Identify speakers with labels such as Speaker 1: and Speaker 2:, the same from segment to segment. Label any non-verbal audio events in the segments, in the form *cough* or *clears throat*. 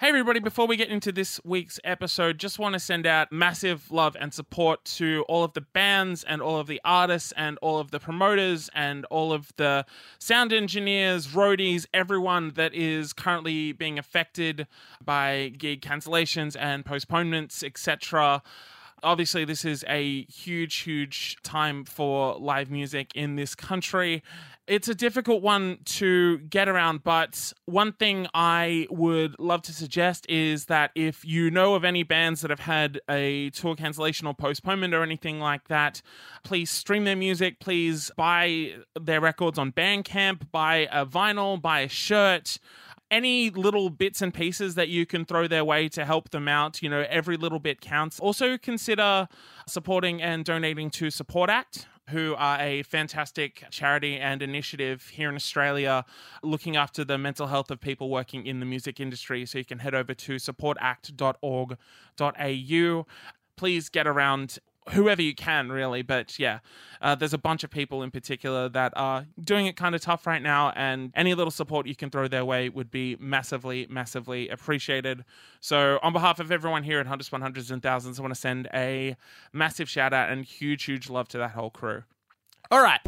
Speaker 1: Hey, everybody, before we get into this week's episode, just want to send out massive love and support to all of the bands and all of the artists and all of the promoters and all of the sound engineers, roadies, everyone that is currently being affected by gig cancellations and postponements, etc obviously this is a huge huge time for live music in this country it's a difficult one to get around but one thing i would love to suggest is that if you know of any bands that have had a tour cancellation or postponement or anything like that please stream their music please buy their records on bandcamp buy a vinyl buy a shirt any little bits and pieces that you can throw their way to help them out. You know, every little bit counts. Also, consider supporting and donating to Support Act. Who are a fantastic charity and initiative here in Australia looking after the mental health of people working in the music industry. So you can head over to supportact.org.au. Please get around whoever you can, really. But yeah, uh, there's a bunch of people in particular that are doing it kind of tough right now, and any little support you can throw their way would be massively, massively appreciated. So, on behalf of everyone here at Hunters 100s and Thousands, I want to send a massive shout out and huge, huge love to that whole crew. All right.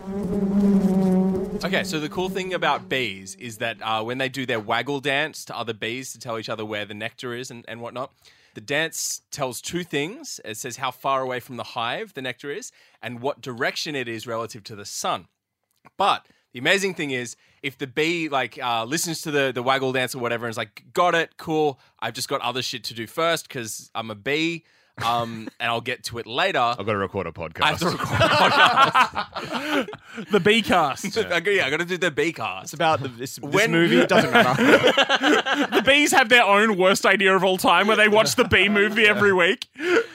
Speaker 2: Okay, so the cool thing about bees is that uh, when they do their waggle dance to other bees to tell each other where the nectar is and, and whatnot, the dance tells two things. It says how far away from the hive the nectar is and what direction it is relative to the sun. But the amazing thing is, if the bee like uh, listens to the the waggle dance or whatever and is like, "Got it, cool. I've just got other shit to do first because I'm a bee, um, and I'll get to it later."
Speaker 3: I've got to record a podcast.
Speaker 2: I have to record a podcast.
Speaker 1: The B cast.
Speaker 2: I go, yeah, I got to do the bee cast.
Speaker 3: It's about the, this, this
Speaker 2: When-
Speaker 3: movie.
Speaker 4: *laughs*
Speaker 3: It *laughs* doesn't matter.
Speaker 1: *laughs* the bees have their own worst idea of all time where they watch the B movie every *laughs* week.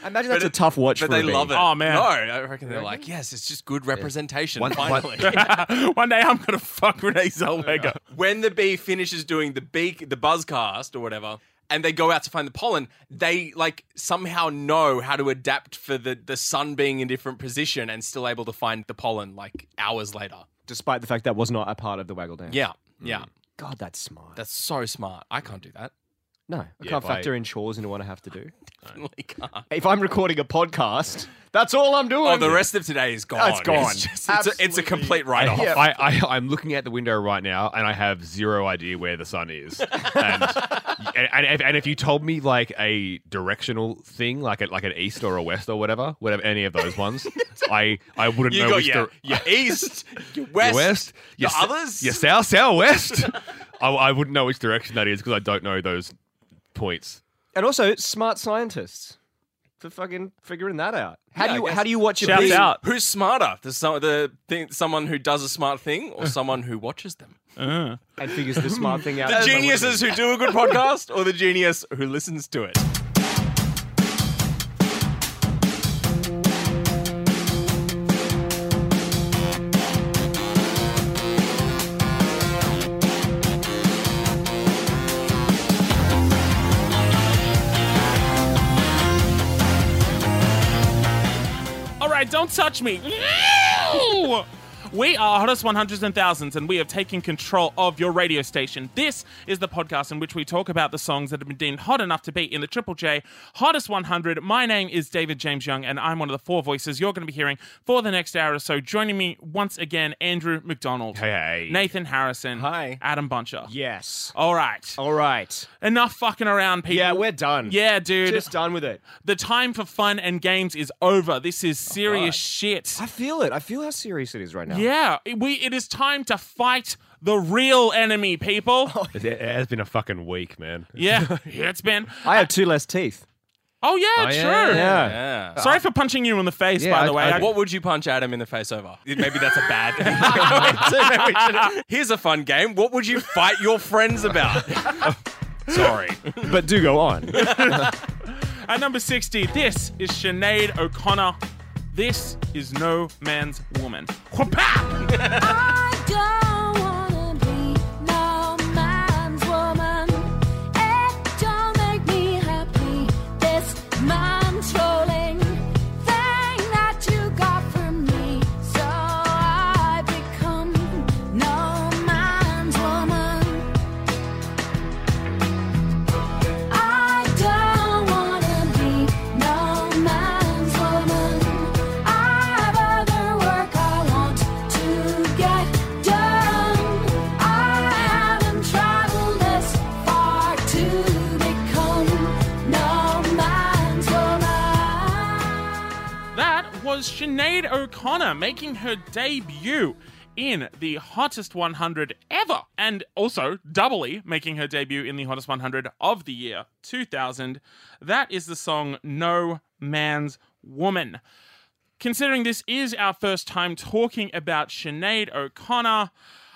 Speaker 3: Imagine that's a tough watch
Speaker 2: But
Speaker 3: for
Speaker 2: they
Speaker 3: a bee.
Speaker 2: love it.
Speaker 1: Oh, man.
Speaker 2: No, I reckon they're like, yes, it's just good representation.
Speaker 3: One-
Speaker 2: *laughs*
Speaker 4: *laughs*
Speaker 3: one-
Speaker 2: finally,
Speaker 1: One day I'm going to fuck Renee Zellweger.
Speaker 2: when the bee finishes doing the bee the buzz cast or whatever and they go out to find the pollen they like somehow know how to adapt for the the sun being in different position and still able to find the pollen like hours later
Speaker 3: Despite the fact that was not a part of the waggle dance.
Speaker 2: yeah yeah
Speaker 3: God, that's smart.
Speaker 2: that's so smart i can't do that
Speaker 3: no, I
Speaker 4: Yeah,
Speaker 3: can't
Speaker 4: if I-
Speaker 3: factor in chores into what I have to do.
Speaker 2: *laughs* Definitely can't.
Speaker 3: If I'm recording a podcast, that's all I'm doing.
Speaker 2: oh the rest of today is gone
Speaker 3: Oh, it's gone.
Speaker 2: it's, just- it's a, it's a complete write-off
Speaker 3: Yeah.
Speaker 4: I, I, I'm looking at the window right now, and I have zero idea where the sun is.
Speaker 2: *laughs*
Speaker 4: And and, and, if, and if you told me like a directional thing, like a, like an east or a west or whatever, whatever any of
Speaker 2: *laughs*
Speaker 4: those ones, I I wouldn't
Speaker 2: you
Speaker 4: know
Speaker 2: got
Speaker 4: which
Speaker 2: your,
Speaker 4: dir-
Speaker 2: your east your
Speaker 4: your
Speaker 2: west,
Speaker 4: west, your
Speaker 2: the
Speaker 4: s-
Speaker 2: others?
Speaker 4: your south,
Speaker 2: *laughs*
Speaker 4: southwest. I, I wouldn't know which direction that is because I don't know those points.
Speaker 3: and also smart scientists for fucking figuring that out. How
Speaker 2: Yeah, I
Speaker 3: do you
Speaker 2: guess-
Speaker 3: how do you watch a
Speaker 1: Shouts
Speaker 3: bee?
Speaker 1: out.
Speaker 2: who's smarter the, so- the thing, someone who does a smart thing *laughs* or someone who watches them
Speaker 3: and figures the smart thing out?
Speaker 2: The geniuses who do a good podcast or the genius who listens to it?
Speaker 1: All right, don't touch me. Ew! We are Hottest 100s and Thousands, and we have taken control of your radio station. This is the podcast in which we talk about the songs that have been deemed hot enough to be in the Triple J Hottest 100. My name is David James Young, and I'm one of the four voices you're going to be hearing for the next hour or so. Joining me once again, Andrew McDonald,
Speaker 4: Hey, hey.
Speaker 1: Nathan Harrison,
Speaker 3: Hi.
Speaker 1: Adam Buncher.
Speaker 3: Yes.
Speaker 1: All right,
Speaker 3: All right.
Speaker 1: enough fucking around, people.
Speaker 3: Yeah, we're done.
Speaker 1: Yeah, dude.
Speaker 3: Just done with it.
Speaker 1: the time for fun and games is over. This is serious
Speaker 3: God.
Speaker 1: shit.
Speaker 3: I feel it. I feel how serious it is right now.
Speaker 1: Yeah, it- we. It is time to fight the real enemy, *laughs* people.
Speaker 4: It, it has been a fucking week, man.
Speaker 1: Oh, Yeah, it's been.
Speaker 3: I have two less teeth.
Speaker 1: Oh yeah,
Speaker 4: Oh,
Speaker 1: true.
Speaker 4: yeah,
Speaker 3: Yeah.
Speaker 2: Yeah.
Speaker 1: Sorry for punching you in the face,
Speaker 4: Yeah,
Speaker 1: by
Speaker 4: I-
Speaker 1: the way.
Speaker 4: I-
Speaker 1: I-
Speaker 2: What would you punch Adam in the face over? *laughs* Maybe that's a bad thing. Here's a fun game. What would you fight your friends *laughs* about? Sorry.
Speaker 3: But do go on.
Speaker 1: at number sixty, this is Sinead O'Connor. This is No Man's Woman. Whoop-ah!
Speaker 5: I don't wanna be no man's woman. It don't make me happy. This controlling thing that you got from me. So I become no man's woman. I to become no man's woman.
Speaker 1: That was Sinead O'Connor making her debut in the hottest 100 ever, and also doubly making her debut in the hottest 100 of the year 2000. That is the song No Man's Woman. Considering this is our first time talking about Sinead O'Connor,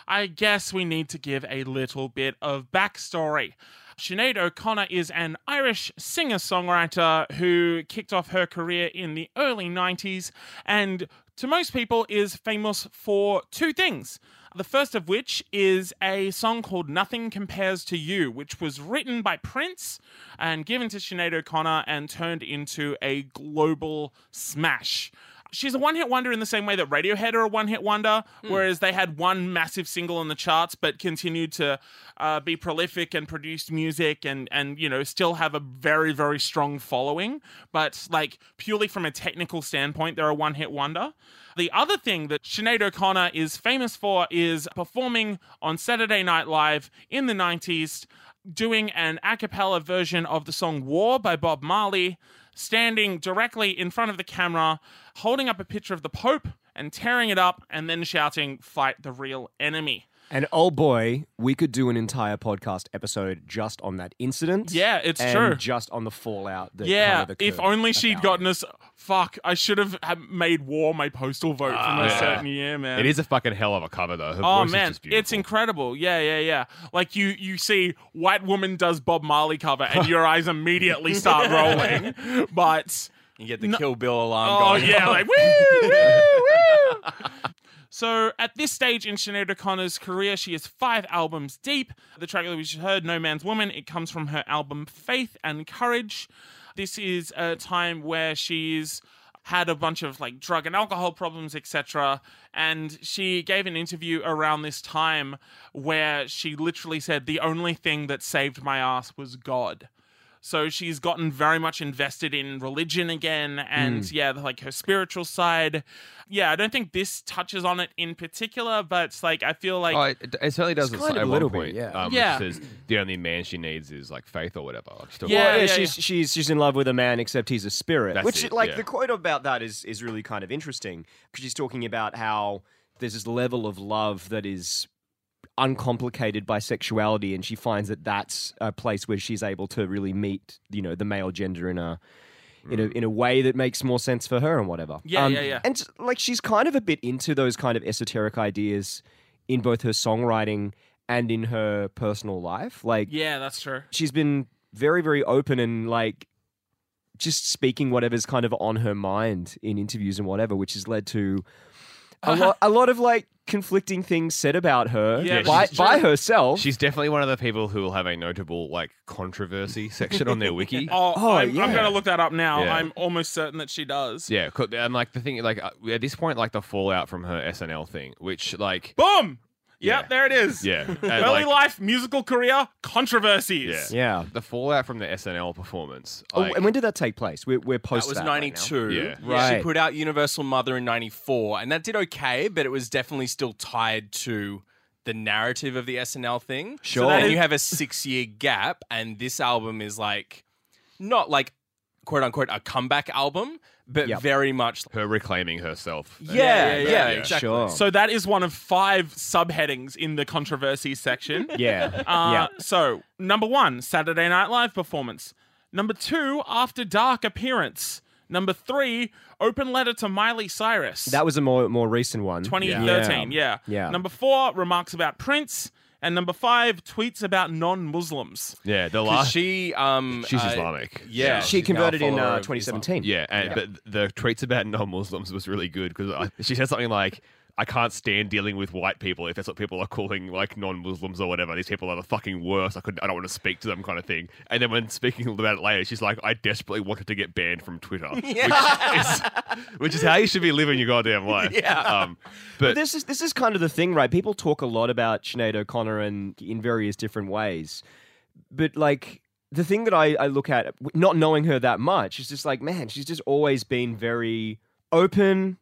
Speaker 1: I guess we need to give a little bit of backstory. Sinead O'Connor is an Irish singer songwriter who kicked off her career in the early 90s and, to most people, is famous for two things. The first of which is a song called Nothing Compares to You, which was written by Prince and given to Sinead O'Connor and turned into a global smash. She's a one hit wonder in the same way that Radiohead are a one hit wonder, whereas they had one massive single on the charts but continued to uh, be prolific and produced music and, and, you know, still have a very, very strong following. But, like, purely from a technical standpoint, they're a one hit wonder. The other thing that Sinead O'Connor is famous for is performing on Saturday Night Live in the 90s, doing an a cappella version of the song War by Bob Marley, standing directly in front of the camera, holding up a picture of the Pope and tearing it up, and then shouting, Fight the real enemy.
Speaker 3: And oh boy, we could do an entire podcast episode just on that incident.
Speaker 1: Yeah, it's
Speaker 3: and
Speaker 1: true.
Speaker 3: Just on the fallout. That
Speaker 1: Yeah,
Speaker 3: kind of
Speaker 1: if
Speaker 3: occurred
Speaker 1: only she'd
Speaker 3: about
Speaker 1: gotten us. Fuck, I should have ha- made war my postal vote from a
Speaker 4: Ah, yeah.
Speaker 1: certain year, man.
Speaker 4: It is a fucking hell of a cover, though. Her
Speaker 1: Oh
Speaker 4: voice is
Speaker 1: man,
Speaker 4: just beautiful.
Speaker 1: it's incredible. Yeah, yeah, yeah. Like you you see white woman does Bob Marley cover
Speaker 4: *laughs*
Speaker 1: and your eyes immediately start rolling. But
Speaker 2: You get the Kill Bill alarm
Speaker 1: oh
Speaker 2: going.
Speaker 1: yeah, like woo, woo, woo.
Speaker 2: *laughs*
Speaker 1: So at this stage in Sinead O'Connor's career, she is five albums deep. The track that we just heard, No Man's Woman, it comes from her album Faith and Courage. This is a time where she's had a bunch of like drug and alcohol problems, etc. And she gave an interview around this time where she literally said, The only thing that saved my ass was God. So she's gotten very much invested in religion again and
Speaker 4: Hmm.
Speaker 1: yeah, like her spiritual side. Yeah, I don't think this touches on it in particular, but it's like I feel like
Speaker 4: Oh, it, it certainly does
Speaker 3: It's
Speaker 4: at
Speaker 3: kind
Speaker 4: some-
Speaker 3: of
Speaker 4: at
Speaker 3: a
Speaker 4: one
Speaker 3: little bit,
Speaker 4: point.
Speaker 3: yeah.
Speaker 4: Um,
Speaker 1: Yeah.
Speaker 4: Says the only man she needs is like faith or whatever. Like, she's talking-
Speaker 1: Yeah,
Speaker 3: Well,
Speaker 1: yeah,
Speaker 3: she's she's she's in love with a man, except he's a spirit.
Speaker 4: That's
Speaker 3: Which,
Speaker 4: it,
Speaker 3: like,
Speaker 4: yeah.
Speaker 3: the quote about that is is really kind of interesting because she's talking about how there's this level of love that is uncomplicated by sexuality, and she finds that that's a place where she's able to really meet, you know, the male gender in a in
Speaker 4: Mm.
Speaker 3: a in a way that makes more sense for her and whatever. Um,
Speaker 1: Yeah, yeah, yeah.
Speaker 3: And like, she's kind of a bit into those kind of esoteric ideas in both her songwriting and in her personal life, like
Speaker 1: yeah, that's true.
Speaker 3: she's been very very open and like just speaking whatever's kind of on her mind in interviews and whatever which has led to a, lot, a lot of like conflicting things said about her
Speaker 1: Yeah,
Speaker 3: by,
Speaker 1: she's-
Speaker 3: by herself
Speaker 4: She's definitely one of the people who will have a notable like controversy section on their wiki.
Speaker 1: *laughs* Oh,
Speaker 3: Oh,
Speaker 1: I'm, I'm
Speaker 3: yeah.
Speaker 1: gonna look that up now.
Speaker 4: Yeah.
Speaker 1: I'm almost certain that she does.
Speaker 4: Yeah, cool. and like the thing, like uh, at this point, like the fallout from her SNL thing, which like,
Speaker 1: Boom. Yep,
Speaker 4: Yeah.
Speaker 1: there it is.
Speaker 4: yeah, and,
Speaker 1: *laughs* Early
Speaker 4: like,
Speaker 1: life, musical career, controversies.
Speaker 4: Yeah.
Speaker 3: yeah
Speaker 4: the fallout from the SNL performance.
Speaker 3: Oh,
Speaker 4: Like,
Speaker 3: and when did that take place we're, we're
Speaker 2: That
Speaker 3: post
Speaker 2: was
Speaker 3: right now.
Speaker 2: 92.
Speaker 4: Yeah.
Speaker 3: Right.
Speaker 2: She put out Universal Mother in 94, and that did okay, but it was definitely still tied to the narrative of the SNL thing.
Speaker 3: Sure.
Speaker 2: So then
Speaker 1: is-
Speaker 2: you have a six year gap, and this album is like, not like quote unquote a comeback album, but
Speaker 3: Yep.
Speaker 2: very much.
Speaker 4: her reclaiming herself. uh,
Speaker 2: Yeah, yeah,
Speaker 1: yeah,
Speaker 4: yeah.
Speaker 2: exactly.
Speaker 3: sure
Speaker 1: So that is one of five subheadings in the controversy
Speaker 4: *laughs*
Speaker 1: section.
Speaker 3: *laughs* yeah
Speaker 1: Uh, So, number one, Saturday Night Live performance. Number two, After Dark appearance. Number three, Open Letter to Miley Cyrus.
Speaker 3: that was a more more recent one
Speaker 1: 2013, yeah.
Speaker 3: Yeah.
Speaker 1: Number four, remarks about Prince. And number five, tweets about non Muslims.
Speaker 4: yeah, the
Speaker 2: 'Cause
Speaker 4: last.
Speaker 2: She, um,
Speaker 4: she's
Speaker 2: uh,
Speaker 4: Islamic.
Speaker 2: Yeah.
Speaker 3: she
Speaker 2: she's now a
Speaker 3: converted in
Speaker 2: follower
Speaker 3: uh,
Speaker 2: of Islam.
Speaker 3: 2017
Speaker 4: Yeah, and, but the tweets about *laughs* non-Muslims was really good *laughs* because she said something like, "I can't stand dealing with white people if that's what people are calling like non-Muslims or whatever. These people are the fucking worst. I could, I don't want to speak to them, kind of thing." And then when speaking about it later, she's like, "I desperately wanted to get banned from *laughs* Twitter," which, is, which is how you should be living your goddamn life. *laughs* Yeah. Um, but
Speaker 3: this is this is kind of the thing, right? People talk a lot about Sinead O'Connor and in various different ways, but like the thing that I, I look at, w- not knowing her that much, is just like, man, she's just always been very open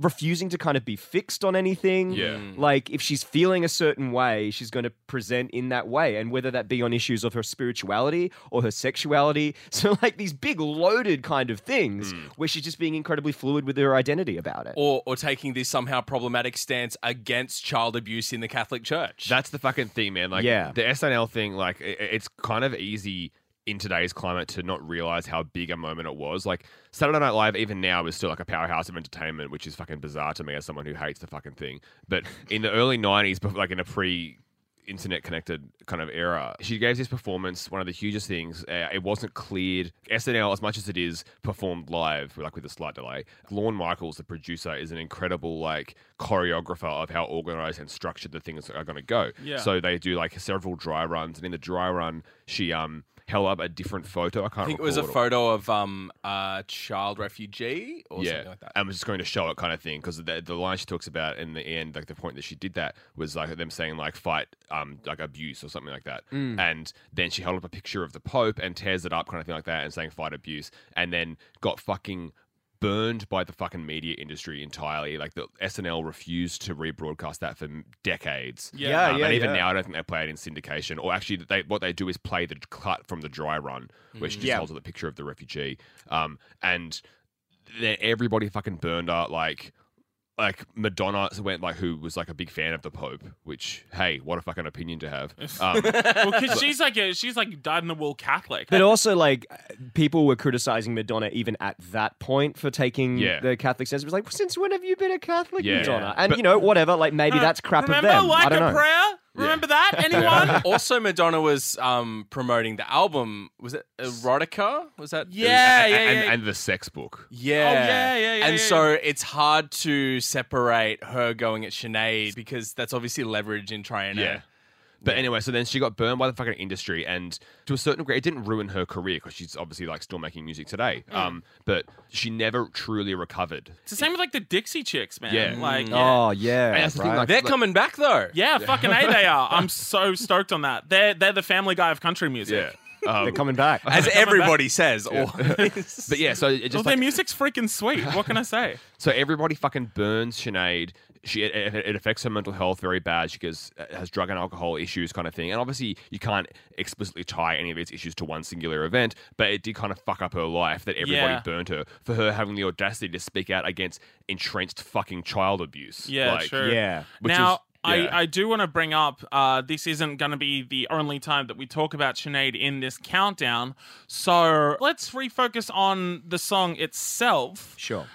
Speaker 3: refusing to kind of be fixed on anything.
Speaker 4: Yeah.
Speaker 3: Like if she's feeling a certain way, she's going to present in that way, and whether that be on issues of her spirituality or her sexuality. *laughs* So like these big loaded kind of things
Speaker 4: Hmm.
Speaker 3: where she's just being incredibly fluid with her identity about it.
Speaker 2: or or taking this somehow problematic stance against child abuse in the Catholic Church.
Speaker 4: That's the fucking thing, man. Like,
Speaker 3: Yeah.
Speaker 4: the SNL thing, like, i- i- it's kind of easy in today's climate to not realize how big a moment it was. Like, Saturday Night Live, even now, is still like a powerhouse of entertainment, which is fucking bizarre to me as someone who hates the fucking thing. But in the early 90s, bef- like in a pre internet connected kind of era. She gave this performance, one of the hugest things. Uh, it wasn't cleared. SNL, as much as it is performed live, like with a slight delay, Lorne Michaels, the producer, is an incredible like choreographer of how organized and structured the things are going to go.
Speaker 1: Yeah.
Speaker 4: So they do like several dry runs, and in the dry run, she um held up a different photo. I can't
Speaker 2: I think it
Speaker 4: recall
Speaker 2: was a
Speaker 4: all.
Speaker 2: photo of um a child refugee or
Speaker 4: yeah,
Speaker 2: something like that.
Speaker 4: and was just going to show it kind of thing because the, the line she talks about in the end, like the point that she did that was like them saying like fight um like abuse or something like that,
Speaker 2: Mm.
Speaker 4: and then she held up a picture of the Pope and tears it up kind of thing like that and saying fight abuse, and then got fucking burned by the fucking media industry entirely. Like the SNL refused to rebroadcast that for m- decades.
Speaker 1: Yeah.
Speaker 4: *laughs*
Speaker 1: Yeah,
Speaker 4: Um,
Speaker 3: yeah,
Speaker 4: and even
Speaker 3: yeah.
Speaker 4: now I don't think they play it in syndication or actually they what they do is play the cut from the dry run where she just
Speaker 3: Yeah.
Speaker 4: holds up the picture of the refugee, um and then everybody fucking burned her. Like, like Madonna went like who was like a big fan of the Pope, which hey, what a fucking opinion to have. Um,
Speaker 1: Well, 'cause she's like a she's like dyed in the wool Catholic. *laughs*
Speaker 3: But also, like, people were criticizing Madonna even at that point for taking
Speaker 4: Yeah.
Speaker 3: the Catholic stance. It was like, since when have you been a Catholic,
Speaker 4: Yeah.
Speaker 3: Madonna? And
Speaker 4: But-
Speaker 3: you know, whatever. Like, maybe
Speaker 1: Uh,
Speaker 3: that's crap
Speaker 1: Remember,
Speaker 3: of them.
Speaker 1: like
Speaker 3: I don't
Speaker 1: a
Speaker 3: know.
Speaker 1: prayer. Remember that? Anyone?
Speaker 2: also, Madonna was um, promoting the album. Was it Erotica? Was that?
Speaker 1: Yeah,
Speaker 4: and,
Speaker 1: yeah,
Speaker 4: and,
Speaker 1: yeah.
Speaker 4: and the sex book.
Speaker 2: Yeah.
Speaker 1: yeah, yeah, yeah,
Speaker 2: And
Speaker 1: yeah.
Speaker 2: so it's hard to separate her going at Sinead because that's obviously leverage in trying to.
Speaker 4: Yeah. But anyway, so then she got burned by the fucking industry, and to a certain degree, it didn't ruin her career because she's obviously like still making music today. Um, but she never truly recovered.
Speaker 1: It's the same with like the Dixie Chicks, man.
Speaker 4: Yeah.
Speaker 1: Like, yeah.
Speaker 3: Oh, yeah.
Speaker 4: And that's the thing,
Speaker 3: right.
Speaker 4: like-
Speaker 2: They're coming back though.
Speaker 1: yeah, fucking a they are. I'm so stoked on that. They're they're the Family Guy of country music.
Speaker 3: They're
Speaker 4: Um, *laughs*
Speaker 3: coming back.
Speaker 2: As everybody says. always.
Speaker 4: but yeah, so it
Speaker 1: Well,
Speaker 4: just
Speaker 1: their
Speaker 4: like,
Speaker 1: music's freaking sweet. What can I say?
Speaker 4: So everybody fucking burns Sinead. She it, it- it affects her mental health very bad. She goes uh, has drug and alcohol issues, kind of thing. And obviously, you can't explicitly tie any of these issues to one singular event, but it did kind of fuck up her life that everybody
Speaker 1: Yeah.
Speaker 4: burned her for her having the audacity to speak out against entrenched fucking child abuse.
Speaker 1: Yeah,
Speaker 4: Like,
Speaker 1: true.
Speaker 3: *laughs* yeah.
Speaker 4: *laughs* which
Speaker 1: now,
Speaker 4: is- yeah.
Speaker 1: I, I do want to bring up uh, this isn't going to be the only time that we talk about Sinead in this countdown. So let's refocus on the song itself.
Speaker 3: Sure.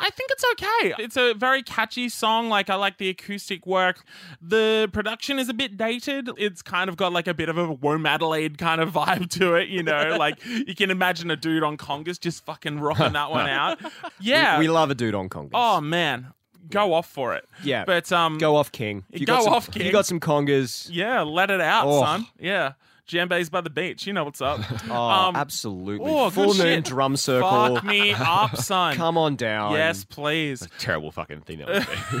Speaker 1: I think it's okay. It's a very catchy song. Like, I like the acoustic work. The production is a bit dated. It's kind of got like a bit of a Womb Adelaide kind of vibe to it, you
Speaker 4: *laughs*
Speaker 1: know? like, you can imagine a dude on Congas just fucking rocking that
Speaker 4: *laughs*
Speaker 1: one out. Yeah.
Speaker 3: We love a dude on Congress.
Speaker 1: oh, man. Go off for it.
Speaker 3: Yeah.
Speaker 1: But, um,
Speaker 3: Go off, King. If
Speaker 1: Go
Speaker 3: got some,
Speaker 1: off,
Speaker 3: If
Speaker 1: King.
Speaker 3: you got some Congas.
Speaker 1: Yeah, let it out,
Speaker 3: Oh.
Speaker 1: son. Yeah. Jambes by the beach. You know what's up.
Speaker 3: *laughs* Oh,
Speaker 1: Um,
Speaker 3: absolutely.
Speaker 1: oh,
Speaker 3: Full
Speaker 1: good
Speaker 3: moon
Speaker 1: shit.
Speaker 3: drum circle.
Speaker 1: Fuck me
Speaker 3: *laughs*
Speaker 1: up, son.
Speaker 3: Come on down.
Speaker 1: Yes, please.
Speaker 4: terrible fucking thing that would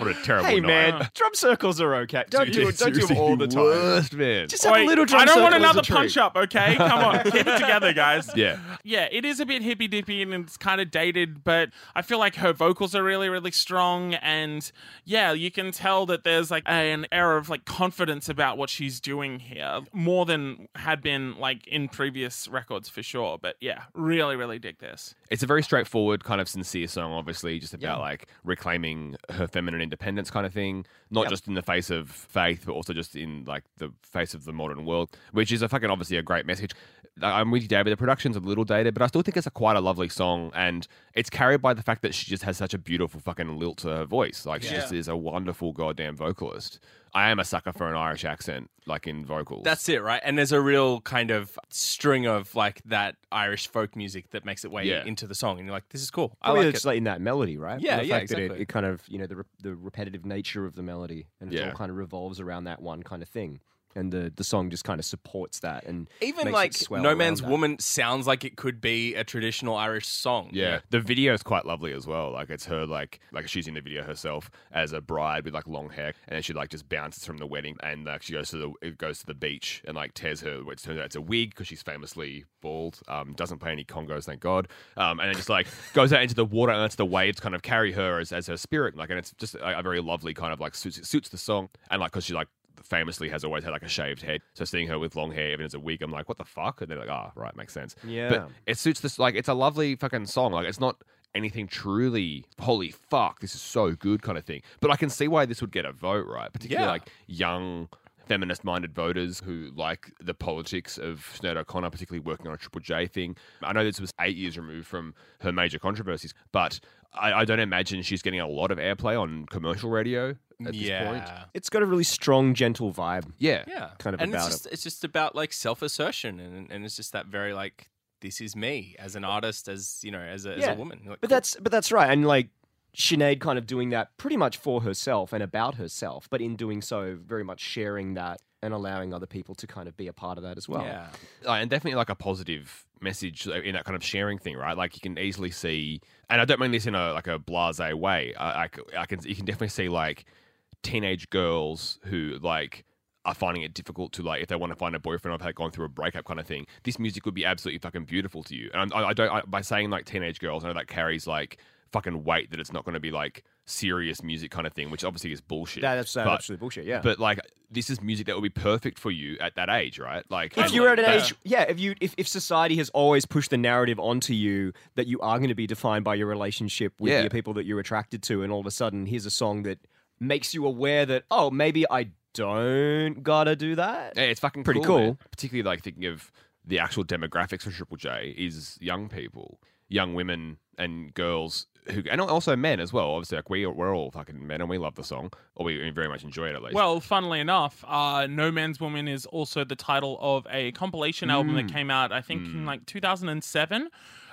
Speaker 1: *laughs*
Speaker 4: what a terrible
Speaker 3: Hey,
Speaker 4: night.
Speaker 3: man. Drum circles are okay.
Speaker 4: *laughs*
Speaker 3: Don't do it. Don't do them
Speaker 4: Seriously,
Speaker 3: all the time.
Speaker 4: Worst man.
Speaker 3: Just have
Speaker 1: Wait,
Speaker 3: a little drum
Speaker 1: I don't
Speaker 3: circle
Speaker 1: want
Speaker 3: as a
Speaker 1: another
Speaker 3: treat.
Speaker 1: punch up, okay? Come on, keep it together, guys.
Speaker 4: yeah.
Speaker 1: Yeah, it is a bit hippy dippy and it's kind of dated, but I feel like her vocals are really, really strong. And yeah, you can tell that there's like an air of like confidence about what she's doing here, more than had been like in previous records for sure. But yeah, really, really dig this.
Speaker 4: it's a very straightforward kind of sincere song obviously just about like reclaiming her feminine independence kind of thing not just in the face of faith but also just in like the face of the modern world which is a fucking obviously a great message I- i'm with you david the production's a little dated but i still think it's a quite a lovely song and it's carried by the fact that she just has such a beautiful fucking lilt to her voice like she
Speaker 1: Yeah.
Speaker 4: just is a wonderful goddamn vocalist i am a sucker for an irish accent like in
Speaker 2: *laughs*
Speaker 4: vocals
Speaker 2: That's it, right? And there's a real kind of string of like that Irish folk music that makes it way
Speaker 4: Yeah.
Speaker 2: into the song, and you're like, "This is cool. I
Speaker 3: Probably
Speaker 2: like
Speaker 3: Oh, it's
Speaker 2: it."
Speaker 3: like in that melody, right?
Speaker 2: Yeah,
Speaker 3: the
Speaker 2: yeah,
Speaker 3: fact that it-
Speaker 2: exactly.
Speaker 3: it, kind of, you know, the, re- the repetitive nature of the melody and it
Speaker 4: Yeah.
Speaker 3: all kind of revolves around that one kind of thing. and the the song just kind of supports that and
Speaker 2: Even
Speaker 3: makes it
Speaker 2: like
Speaker 3: swell
Speaker 2: No
Speaker 3: around
Speaker 2: Man's
Speaker 3: that.
Speaker 2: Woman sounds like it could be a traditional Irish song.
Speaker 4: Yeah, the video's quite lovely as well. Like it's her like like she's in the video herself as a bride with like long hair, and then she like just bounces from the wedding, and like she goes to the it goes to the beach and like tears her. It turns out it's a wig because she's famously bald. Um, doesn't play any congos, thank God. Um, and then just like *laughs* goes out into the water and lets the waves kind of carry her as, as her spirit. Like, and it's just a, a very lovely kind of like suits suits the song, and like because she like famously has always had like a shaved head. So seeing her with long hair, even as a wig, I'm like, what the fuck? And they're like, ah, right, makes sense.
Speaker 3: Yeah.
Speaker 4: But it suits this. Like, it's a lovely fucking song. Like, it's not anything truly, holy fuck, this is so good kind of thing. But I can see why this would get a vote, right? Particularly
Speaker 2: Yeah.
Speaker 4: like young. Feminist minded voters who like the politics of Sinead O'Connor, particularly working on a Triple J thing. I know this was eight years removed from her major controversies, but I, I don't imagine she's getting a lot of airplay on commercial radio
Speaker 2: yeah.
Speaker 4: at this point.
Speaker 3: it's got a really strong, gentle vibe.
Speaker 4: Yeah.
Speaker 2: Yeah.
Speaker 3: Kind of
Speaker 2: and
Speaker 3: about it.
Speaker 2: it's just, It's just about like self assertion and, and it's just that very like this is me as an artist, as you know, as a, as
Speaker 3: Yeah.
Speaker 2: a woman. You're like,
Speaker 3: But
Speaker 2: cool.
Speaker 3: that's but that's right, and like Sinead kind of doing that pretty much for herself and about herself, but in doing so, very much sharing that and allowing other people to kind of be a part of that as well. *laughs*
Speaker 2: yeah.
Speaker 4: Uh, and definitely like a positive message uh, in that kind of sharing thing, right? Like you can easily see, and I don't mean this in a like a blasé way. I, I c- I can you can definitely see like teenage girls who like are finding it difficult to like if they want to find a boyfriend or have gone through a breakup kind of thing. This music would be absolutely fucking beautiful to you. And I, I don't I, by saying like teenage girls, I know that carries like fucking weight that it's not going to be like serious music kind of thing, which obviously is bullshit.
Speaker 3: That- that's, that's
Speaker 4: But-
Speaker 3: absolute bullshit. Yeah,
Speaker 4: But like, this is music that would be perfect for you at that age, right? Like,
Speaker 3: if
Speaker 4: and-
Speaker 3: you're at an
Speaker 2: Yeah.
Speaker 3: age, yeah, if you if, if society has always pushed the narrative onto you that you are going to be defined by your relationship with
Speaker 4: Yeah.
Speaker 3: the people that you're attracted to, and all of a sudden here's a song that makes you aware that oh maybe I don't gotta do that.
Speaker 4: Yeah, it's fucking
Speaker 3: Pretty
Speaker 4: man.
Speaker 3: cool.
Speaker 4: Particularly like thinking of the actual demographics for Triple J is young people, young women and girls who, and also men as well. Obviously, like we we're all fucking men and we love the song, or we very much enjoy it at least.
Speaker 1: Well, funnily enough, uh, No Man's Woman is also the title of a compilation album that came out, I think, in like 2007,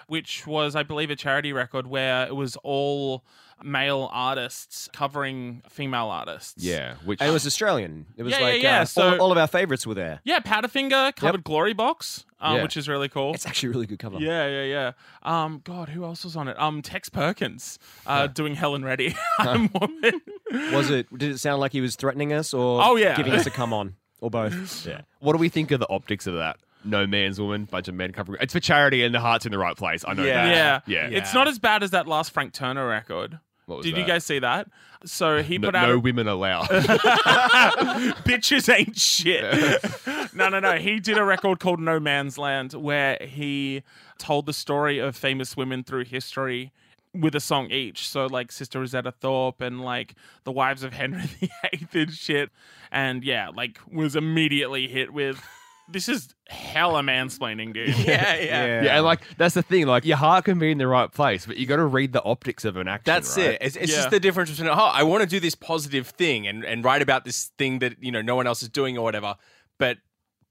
Speaker 1: which was, I believe, a charity record where it was all male artists covering female artists.
Speaker 4: yeah, which
Speaker 3: And it was Australian. It was
Speaker 1: Yeah, yeah,
Speaker 3: like
Speaker 1: yeah,
Speaker 3: Uh,
Speaker 1: so-
Speaker 3: all, all of our favorites were there.
Speaker 1: Yeah, Powderfinger covered Glory Box, um,
Speaker 4: Yeah.
Speaker 1: which is really cool.
Speaker 3: It's actually a really good cover.
Speaker 1: yeah, yeah, yeah. Um, God, who else was on it? Um, Tex Perkins, uh, doing Helen Reddy. *laughs* I'm woman.
Speaker 3: Was it? Did it sound like he was threatening us, or
Speaker 1: Oh, yeah.
Speaker 3: giving
Speaker 1: *laughs*
Speaker 3: us a come on, or both?
Speaker 4: yeah. What do we think of the optics of that? No man's woman, bunch of men covering. It's for charity, and the heart's in the right place. I know
Speaker 2: Yeah.
Speaker 4: that.
Speaker 1: yeah.
Speaker 4: yeah.
Speaker 1: It's not as bad as that last Frank Turner record.
Speaker 4: What was
Speaker 1: Did you
Speaker 4: that?
Speaker 1: guys see that? So he
Speaker 4: No,
Speaker 1: put out
Speaker 4: no
Speaker 1: a-
Speaker 4: women allowed.
Speaker 1: *laughs* bitches ain't
Speaker 4: *laughs*
Speaker 1: shit. no, no, no. He did a record called No Man's Land where he told the story of famous women through history with a song each. So like Sister Rosetta Thorpe and like the wives of Henry *laughs* VIII and shit. And yeah, like was immediately hit with this is hella mansplaining, dude.
Speaker 2: yeah, yeah.
Speaker 4: yeah, and like that's the thing. Like your heart can be in the right place, but you got to read the optics of an action.
Speaker 2: That's
Speaker 4: right?
Speaker 2: it. It's, it's
Speaker 1: Yeah.
Speaker 2: just the difference between oh, I want to do this positive thing and and write about this thing that you know no one else is doing or whatever. But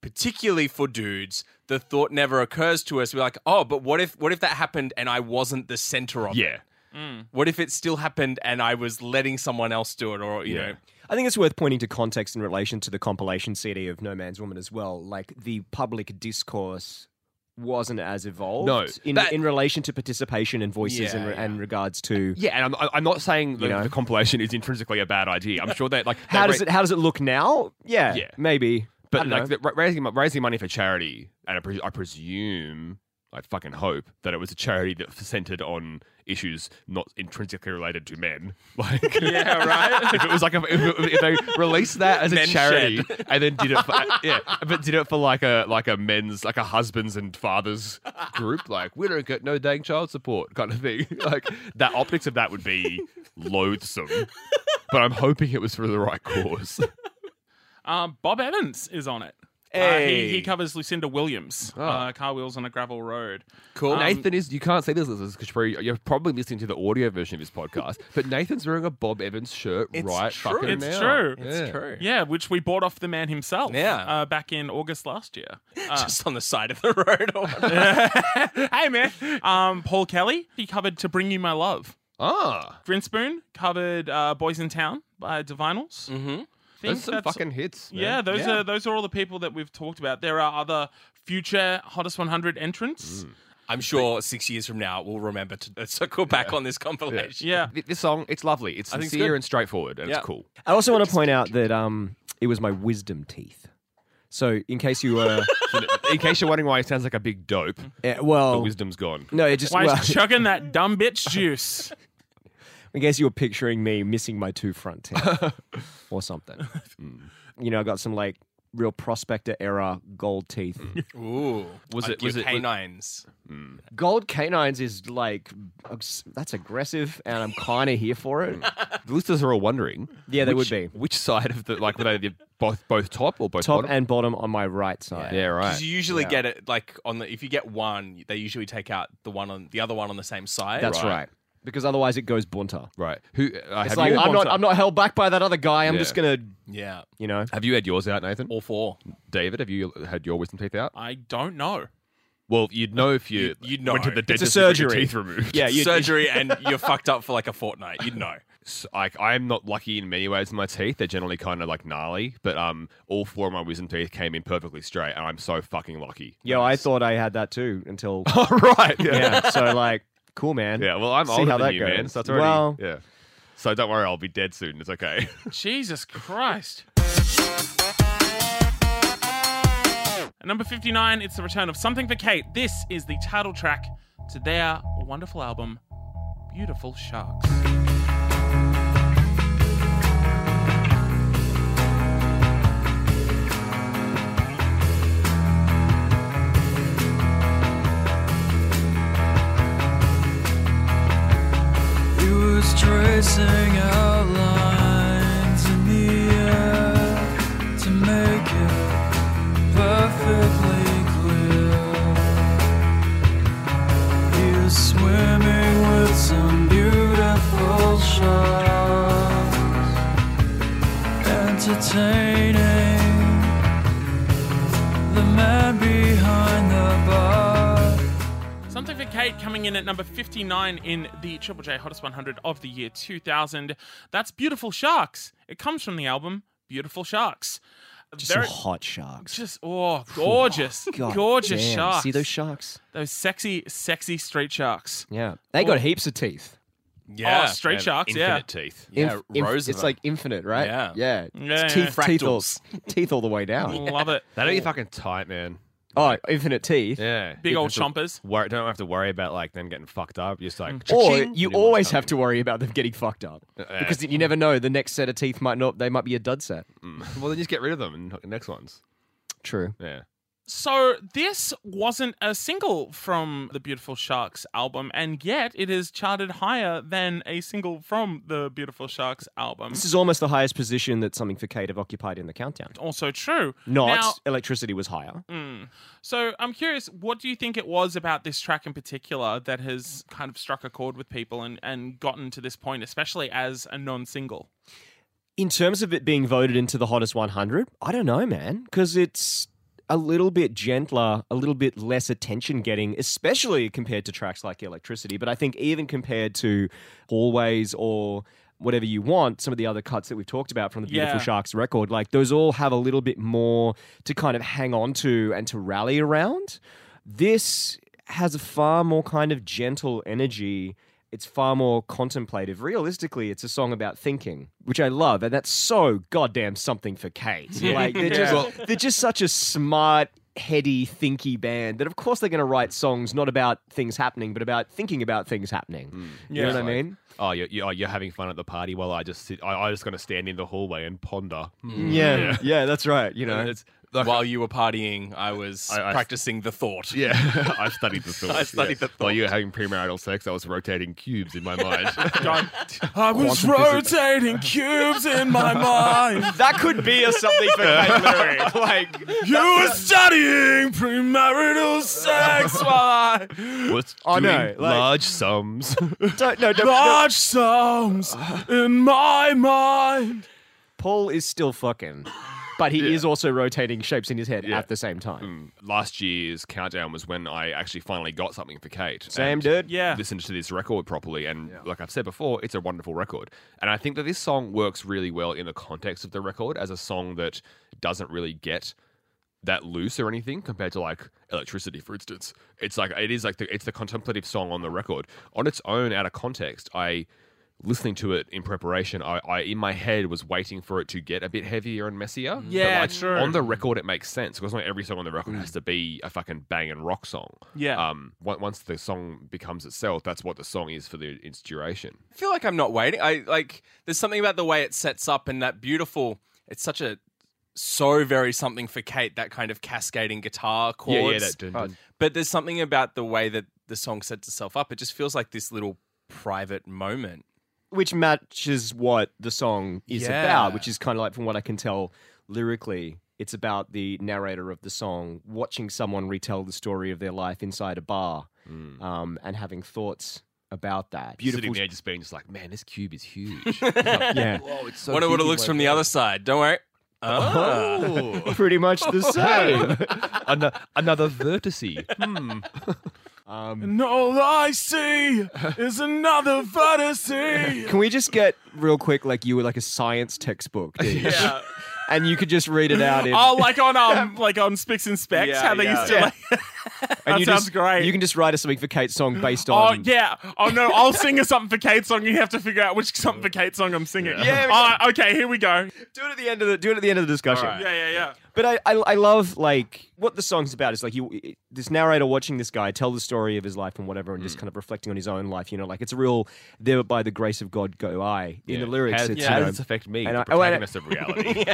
Speaker 2: particularly for dudes, the thought never occurs to us. We're like, oh, but what if what if that happened and I wasn't the center of
Speaker 4: Yeah.
Speaker 2: it? What if it still happened and I was letting someone else do it? Or you
Speaker 4: Yeah.
Speaker 2: know,
Speaker 3: I think it's worth pointing to context in relation to the compilation CD of No Man's Woman as well. Like the public discourse wasn't as evolved
Speaker 4: No,
Speaker 3: in,
Speaker 4: that-
Speaker 3: in relation to participation and voices
Speaker 2: Yeah,
Speaker 3: and,
Speaker 2: yeah.
Speaker 3: and regards to
Speaker 4: Yeah, and I'm- I'm, I'm not saying the,
Speaker 3: know?
Speaker 4: the compilation is intrinsically a bad idea. I'm sure that like
Speaker 3: how
Speaker 4: that
Speaker 3: does
Speaker 4: ra-
Speaker 3: it how does it look now? Yeah,
Speaker 4: Yeah.
Speaker 3: maybe. I
Speaker 4: But
Speaker 3: don't
Speaker 4: like
Speaker 3: know.
Speaker 4: the, ra- raising mon- raising money for charity, and I, pres I presume, I fucking hope that it was a charity that centered on issues not intrinsically related to men. *laughs* Like, yeah, right. *laughs* If it was like a, if, if they released that as a
Speaker 2: Men
Speaker 4: charity and then did it, for, uh, yeah, but did it for like a like a men's like a husbands and fathers group, like we don't get no dang child support kind of thing. *laughs* Like that optics of that would be loathsome. But I'm hoping it was for the right cause.
Speaker 1: Um, Bob Evans is on it. Uh, he,
Speaker 2: Hey.
Speaker 1: he covers Lucinda Williams,
Speaker 4: Oh.
Speaker 1: uh, Car Wheels on a Gravel Road.
Speaker 2: cool.
Speaker 1: Um,
Speaker 4: Nathan is you can't see this listeners because you're probably listening to the audio version of his podcast, but Nathan's wearing a Bob Evans shirt
Speaker 2: It's
Speaker 4: right
Speaker 2: true.
Speaker 4: fucking
Speaker 1: It's
Speaker 4: now.
Speaker 1: true.
Speaker 4: Yeah.
Speaker 2: It's true.
Speaker 1: Yeah, which we bought off the man himself
Speaker 2: Yeah.
Speaker 1: uh, back in August last year.
Speaker 2: Just on the side of the road. Or whatever.
Speaker 1: hey man. Um, Paul Kelly, he covered "To Bring You My Love."
Speaker 4: Ah,
Speaker 1: Grinspoon covered uh, "Boys in Town" by Divinals.
Speaker 2: Mhm.
Speaker 1: think
Speaker 4: Mm-hmm. Those are some
Speaker 1: that's
Speaker 4: fucking hits. man.
Speaker 1: yeah, those
Speaker 2: Yeah.
Speaker 1: are those are all the people that we've talked about. There are other future hottest 100 entrants.
Speaker 4: Mm.
Speaker 2: I'm sure six years from now we'll remember to circle back on this compilation.
Speaker 4: *laughs*
Speaker 1: Yeah,
Speaker 4: Th- This song, it's lovely. It's
Speaker 2: I think it's
Speaker 4: sincere
Speaker 2: good.
Speaker 4: and straightforward, and
Speaker 2: Yeah.
Speaker 4: it's cool.
Speaker 3: I also want to point out that um, it was my wisdom teeth. So in case
Speaker 4: *laughs*
Speaker 3: you were,
Speaker 4: In case you're wondering why it sounds like a big dope,
Speaker 3: eh,
Speaker 4: the
Speaker 3: well,
Speaker 4: wisdom's gone.
Speaker 3: no, it just
Speaker 1: why
Speaker 3: well,
Speaker 1: is
Speaker 3: *laughs*
Speaker 1: she chugging that dumb bitch juice?
Speaker 3: in case you were picturing me missing my two
Speaker 4: *laughs*
Speaker 3: front teeth or something. Mm. You know, I got some like real prospector era gold teeth.
Speaker 4: Mm.
Speaker 2: Ooh,
Speaker 4: Was
Speaker 2: like
Speaker 4: it- was
Speaker 2: your
Speaker 4: it- was-
Speaker 2: canines?
Speaker 3: Gold canines is like obs- that's aggressive, and I'm kind of here for it.
Speaker 4: The listeners are all wondering.
Speaker 3: Yeah, they
Speaker 4: which,
Speaker 3: would be.
Speaker 4: Which side of the like? Were they the- both both top or both
Speaker 3: Top
Speaker 4: bottom?
Speaker 3: and bottom on my right side.
Speaker 4: yeah,
Speaker 2: Because
Speaker 4: right.
Speaker 2: you usually get it like on the if you get one, they usually take out the one on the other one on the same side.
Speaker 3: That's right.
Speaker 4: Right.
Speaker 3: Because otherwise it goes bunter.
Speaker 4: Right. Who? Uh,
Speaker 3: It's
Speaker 4: have
Speaker 3: like
Speaker 4: you?
Speaker 3: I'm not I'm not held back by that other guy. I'm
Speaker 4: Yeah.
Speaker 3: just gonna
Speaker 2: Yeah,
Speaker 3: you know.
Speaker 4: Have you had yours out, Nathan?
Speaker 2: all four.
Speaker 4: David, have you had your wisdom teeth out?
Speaker 1: I don't know.
Speaker 4: Well, you'd know if you
Speaker 2: You'd- you'd
Speaker 4: went to
Speaker 2: know.
Speaker 4: the
Speaker 2: It's
Speaker 3: a
Speaker 4: dentist and got your
Speaker 3: surgery.
Speaker 4: teeth removed.
Speaker 3: Yeah,
Speaker 2: *laughs*
Speaker 3: you
Speaker 2: Surgery and you're fucked up for like a fortnight. You'd know.
Speaker 4: So, like I'm not lucky in many ways with my teeth. They're generally kind of like gnarly, but um, all four of my wisdom teeth came in perfectly straight, and I'm so fucking lucky.
Speaker 3: Yo, I thought I had that too until
Speaker 4: *laughs* All right. Yeah. *laughs* yeah.
Speaker 3: yeah. So like, cool man.
Speaker 4: Well, I'm
Speaker 3: See
Speaker 4: older
Speaker 3: how
Speaker 4: than
Speaker 3: that
Speaker 4: you, man.
Speaker 3: goes.
Speaker 4: So that's already.
Speaker 3: Well-
Speaker 4: yeah. So don't worry, I'll be dead soon. It's okay.
Speaker 1: Jesus Christ. At number 59, it's the return of Something for Kate. This is the title track to their wonderful album, Beautiful Sharks.
Speaker 6: He was tracing out lines in the air to make it perfectly clear. He was swimming with some beautiful sharks, entertaining the man behind the bar.
Speaker 1: Something for Kate coming in at number 59 in the Triple J Hottest 100 of the year 2000. That's Beautiful Sharks. It comes from the album Beautiful Sharks.
Speaker 3: Just some hot sharks.
Speaker 1: just oh, gorgeous,
Speaker 3: God
Speaker 1: gorgeous
Speaker 3: damn.
Speaker 1: sharks.
Speaker 3: See those sharks?
Speaker 1: those sexy, sexy street sharks.
Speaker 3: Yeah. They got heaps of teeth.
Speaker 2: Yeah,
Speaker 1: oh, straight
Speaker 4: And
Speaker 1: sharks. Yeah,
Speaker 4: Infinite teeth.
Speaker 2: yeah,
Speaker 3: Inf- inf-
Speaker 2: rows of
Speaker 3: It's
Speaker 2: them.
Speaker 3: like infinite, right?
Speaker 2: Yeah.
Speaker 3: Yeah.
Speaker 1: Yeah,
Speaker 3: It's
Speaker 1: yeah.
Speaker 3: Teeth, teeth, all, teeth all the way down.
Speaker 1: love it.
Speaker 4: That'd be fucking tight, man.
Speaker 3: Oh, infinite teeth.
Speaker 4: Yeah.
Speaker 1: Big
Speaker 4: You
Speaker 1: old
Speaker 4: don't have
Speaker 1: chompers.
Speaker 4: to Worry, don't have to worry about like them getting fucked up. You're just like,
Speaker 3: Or
Speaker 4: cha-ching, new
Speaker 3: you
Speaker 4: one's
Speaker 3: always
Speaker 4: coming.
Speaker 3: have to worry about them getting fucked up
Speaker 2: Uh,
Speaker 4: Yeah.
Speaker 3: because you never know. The next set of teeth might not. They might be a dud set.
Speaker 4: Well, then just get rid of them and hook the next ones.
Speaker 3: True.
Speaker 4: Yeah.
Speaker 1: So this wasn't a single from the Beautiful Sharks album, and yet it is charted higher than a single from the Beautiful Sharks album.
Speaker 3: This is almost the highest position that something for Kate have occupied in the countdown.
Speaker 1: also true.
Speaker 3: Not
Speaker 1: Now-
Speaker 3: electricity was higher.
Speaker 1: so I'm curious, what do you think it was about this track in particular that has kind of struck a chord with people and, and gotten to this point, especially as a non-single?
Speaker 3: in terms of it being voted into the hottest 100, I don't know, man, because it's a little bit gentler, a little bit less attention getting, especially compared to tracks like Electricity. But I think even compared to Hallways or whatever you want, some of the other cuts that we've talked about from the Beautiful
Speaker 1: Yeah.
Speaker 3: Sharks record, like those all have a little bit more to kind of hang on to and to rally around. This has a far more kind of gentle energy. It's far more contemplative. Realistically, it's a song about thinking, which I love, and that's so goddamn something for Kate. Like they're just they're just such a smart, heady, thinky band that of course they're going to write songs not about things happening, but about thinking about things happening. You know what I
Speaker 4: Like,
Speaker 3: mean?
Speaker 4: Oh, you're, you're, you're having fun at the party while I just sit. I, I'm just going to stand in the hallway and ponder. Hmm.
Speaker 3: Yeah, yeah, that's right. You know,
Speaker 4: And it's like,
Speaker 2: while you were partying, I was
Speaker 4: I- I-
Speaker 2: practicing the thought.
Speaker 4: *laughs* yeah, *laughs* I studied the thought.
Speaker 2: I studied
Speaker 4: yeah.
Speaker 2: the
Speaker 4: While you were having premarital sex, I was rotating cubes in my *laughs* mind.
Speaker 1: I was rotating cubes in
Speaker 4: *laughs*
Speaker 1: my mind.
Speaker 3: that could be a something for Kate lyric. Like
Speaker 1: You were studying premarital sex while I
Speaker 4: was
Speaker 3: I know,
Speaker 4: doing
Speaker 3: like-
Speaker 4: large sums.
Speaker 3: *laughs* don't no, don't, no.
Speaker 1: large
Speaker 4: *laughs*
Speaker 1: sums in my mind.
Speaker 3: Paul is still fucking. but he is also rotating shapes in his head
Speaker 4: Yeah.
Speaker 3: at the same time.
Speaker 4: Last year's countdown was when I actually finally got something for Kate.
Speaker 3: Same
Speaker 4: and
Speaker 3: dude.
Speaker 1: Yeah.
Speaker 4: Listened to this record properly, and like I've said before, it's a wonderful record. And I think that this song works really well in the context of the record as a song that doesn't really get that loose or anything compared to like electricity for instance it's like it is like the, it's the contemplative song on the record on its own out of context i listening to it in preparation i, I in my head was waiting for it to get a bit heavier and messier But,
Speaker 1: Yeah,
Speaker 4: like,
Speaker 1: true.
Speaker 4: on the record it makes sense because not every song on the record
Speaker 3: Mm.
Speaker 4: has to be a fucking bang and rock song
Speaker 1: Yeah.
Speaker 4: um on- once the song becomes itself that's what the song is for the its duration
Speaker 2: I feel like I'm not waiting. I like there's something about the way it sets up and that beautiful. It's such a so very something for Kate that kind of cascading guitar chords.
Speaker 4: dun, dun.
Speaker 2: But there's something about the way that the song sets itself up. It just feels like this little private moment.
Speaker 3: Which matches what the song is
Speaker 2: Yeah.
Speaker 3: about, which is kind of like, from what I can tell lyrically, it's about the narrator of the song watching someone retell the story of their life inside a bar um, and having thoughts about that.
Speaker 4: sitting there just being just like man this cube is huge
Speaker 3: *laughs*
Speaker 4: yeah Whoa, it's so
Speaker 2: Wonder what it
Speaker 4: huge,
Speaker 2: looks
Speaker 4: like-
Speaker 2: from the other side. Don't worry. Ah.
Speaker 3: Pretty much the *laughs* same.
Speaker 4: another, another vertice. Hmm.
Speaker 1: And all I see is another fantasy.
Speaker 3: Can we just get real quick, like you were like a science textbook,
Speaker 1: *laughs*
Speaker 3: dude? yeah. And you could just read it out. In,
Speaker 1: Oh, like on um, like on Spicks and Specs,
Speaker 2: Yeah,
Speaker 1: how they
Speaker 2: yeah.
Speaker 1: used to
Speaker 3: *laughs* Yeah.
Speaker 1: like. oh,
Speaker 3: and
Speaker 1: *laughs* that
Speaker 3: you
Speaker 1: sounds
Speaker 3: just,
Speaker 1: great.
Speaker 3: You can just write a something for Kate's song based
Speaker 1: Oh
Speaker 3: on.
Speaker 1: yeah. Oh
Speaker 3: *laughs*
Speaker 1: no, I'll sing a something for Kate song. You have to figure out which something for Kate song I'm singing.
Speaker 3: Yeah, we-
Speaker 1: Oh, okay. Here we go.
Speaker 3: Do it at the end of the do it at the end of the discussion.
Speaker 2: All right.
Speaker 1: Yeah, yeah, yeah.
Speaker 3: But I, I I love like what the song's about is like you it- this narrator watching this guy tell the story of his life and whatever, and
Speaker 1: Mm.
Speaker 3: just kind of reflecting on his own life. You know, like it's a real there by the grace of God go I in the lyrics.
Speaker 4: How,
Speaker 3: it's,
Speaker 4: how
Speaker 3: you know,
Speaker 4: does this affect me,
Speaker 3: and
Speaker 4: the
Speaker 3: I- oh, and I-
Speaker 4: protagonist of
Speaker 3: *laughs*
Speaker 4: reality?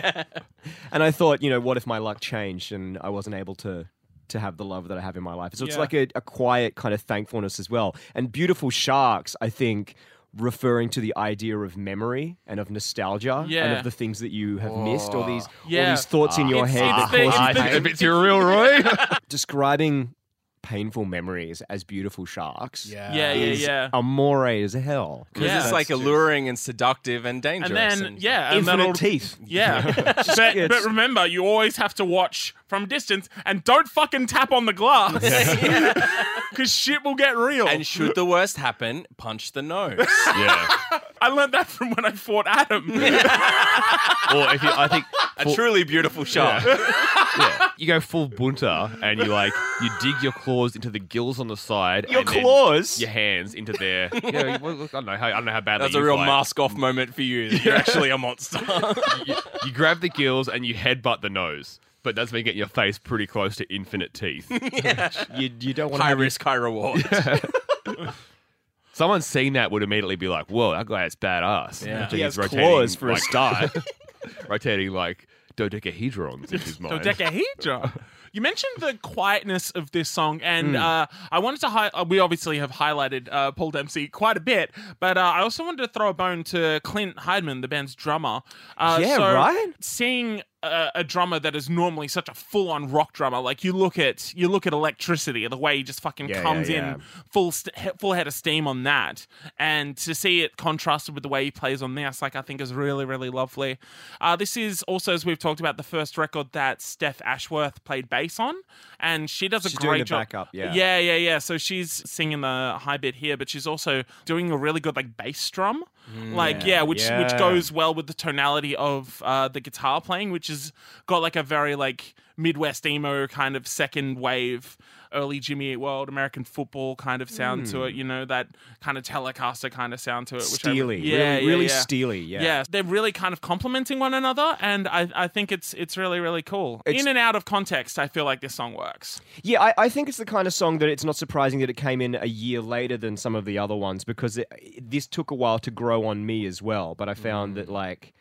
Speaker 3: and I thought, you know, what if my luck changed and I wasn't able to to have the love that I have in my life? So it's
Speaker 1: Yeah.
Speaker 3: like a, a quiet kind of thankfulness as well. And beautiful sharks, I think, referring to the idea of memory and of nostalgia and
Speaker 1: Yeah.
Speaker 3: of the things that you have missed or these all
Speaker 1: Yeah.
Speaker 3: things, thoughts in your
Speaker 1: It's-
Speaker 3: head
Speaker 1: it's
Speaker 3: that
Speaker 1: the-
Speaker 3: cause
Speaker 1: it's
Speaker 3: you
Speaker 1: the-
Speaker 3: pain.
Speaker 4: a bit too real,
Speaker 3: *laughs*
Speaker 4: Roy.
Speaker 3: Describing painful memories as beautiful sharks.
Speaker 2: Yeah.
Speaker 1: Yeah, yeah,
Speaker 3: Is
Speaker 1: yeah.
Speaker 3: amore as hell.
Speaker 2: Because
Speaker 1: Yeah.
Speaker 2: it's like alluring and seductive and dangerous.
Speaker 1: And then yeah, and then
Speaker 3: Infinite
Speaker 1: it'll-
Speaker 3: teeth.
Speaker 1: *laughs* Yeah. but, but
Speaker 3: it's-
Speaker 1: remember, you always have to watch from distance and don't fucking tap on the glass. *laughs* Because shit will get real.
Speaker 2: And should the worst happen, punch the nose.
Speaker 4: yeah.
Speaker 1: I learned that from when I fought
Speaker 3: *laughs*
Speaker 1: Adam. *laughs*
Speaker 4: Or if you, I think
Speaker 2: A truly beautiful shark.
Speaker 4: yeah, you go full bunter and you like you dig your claws into the gills on the side.
Speaker 3: Your
Speaker 4: and then
Speaker 3: claws?
Speaker 4: your hands into their.
Speaker 3: *laughs*
Speaker 4: Yeah, well, look, I don't know. How, I don't know how badly.
Speaker 2: That's a
Speaker 4: you
Speaker 2: real
Speaker 4: fight.
Speaker 2: mask off moment for you. You're actually a monster.
Speaker 4: You, you grab the gills and you headbutt the nose, but that's me getting your face pretty close to infinite teeth.
Speaker 3: You, you don't want to
Speaker 2: high risk, high reward.
Speaker 4: Someone seeing that would immediately be like, "Whoa, that guy is badass."
Speaker 2: Yeah.
Speaker 4: After
Speaker 3: He
Speaker 4: he's
Speaker 3: has claws
Speaker 4: rotating,
Speaker 3: for a
Speaker 4: like-
Speaker 3: start.
Speaker 4: *laughs* rotating like dodecahedrons in his mind.
Speaker 1: Dodecahedra. You mentioned the quietness of this song, and
Speaker 3: Hmm.
Speaker 1: uh, I wanted to hi- uh, We obviously have highlighted uh, Paul Dempsey quite a bit, but uh, I also wanted to throw a bone to Clint Hydeman, the band's drummer. Uh,
Speaker 3: Yeah,
Speaker 1: so
Speaker 3: right?
Speaker 1: Seeing a, a drummer that is normally such a full-on rock drummer, like you look at you look at Electricity, the way he just fucking
Speaker 3: Yeah,
Speaker 1: comes
Speaker 3: yeah, yeah.
Speaker 1: in full st- he- full head of steam on that, and to see it contrasted with the way he plays on this, like I think is really really lovely. Uh, this is also, as we've talked about, the first record that Steph Ashworth played bass on, and she does a
Speaker 3: She's doing
Speaker 1: great
Speaker 3: the
Speaker 1: job.
Speaker 3: backup, yeah.
Speaker 1: yeah, yeah, yeah. So she's singing the high bit here, but she's also doing a really good like bass strum, like yeah, which which
Speaker 3: Mm, Yeah.
Speaker 1: goes well with the tonality of uh, the guitar playing, which has got like a very like Midwest emo kind of second wave. Early Jimmy Eat World, American football kind of sound to
Speaker 3: Mm.
Speaker 1: it, you know, that kind of Telecaster kind of sound to it. Which I-
Speaker 3: steely,
Speaker 1: yeah,
Speaker 3: really,
Speaker 1: yeah,
Speaker 3: really
Speaker 1: yeah.
Speaker 3: steely. Yeah.
Speaker 1: they're really kind of complementing one another, and I, I think it's it's really really cool.
Speaker 3: It's-
Speaker 1: In and out of context, I feel like this song works.
Speaker 3: Yeah, I, I think it's the kind of song that it's not surprising that it came in a year later than some of the other ones because it, this took a while to grow on me as well. But I found that, like,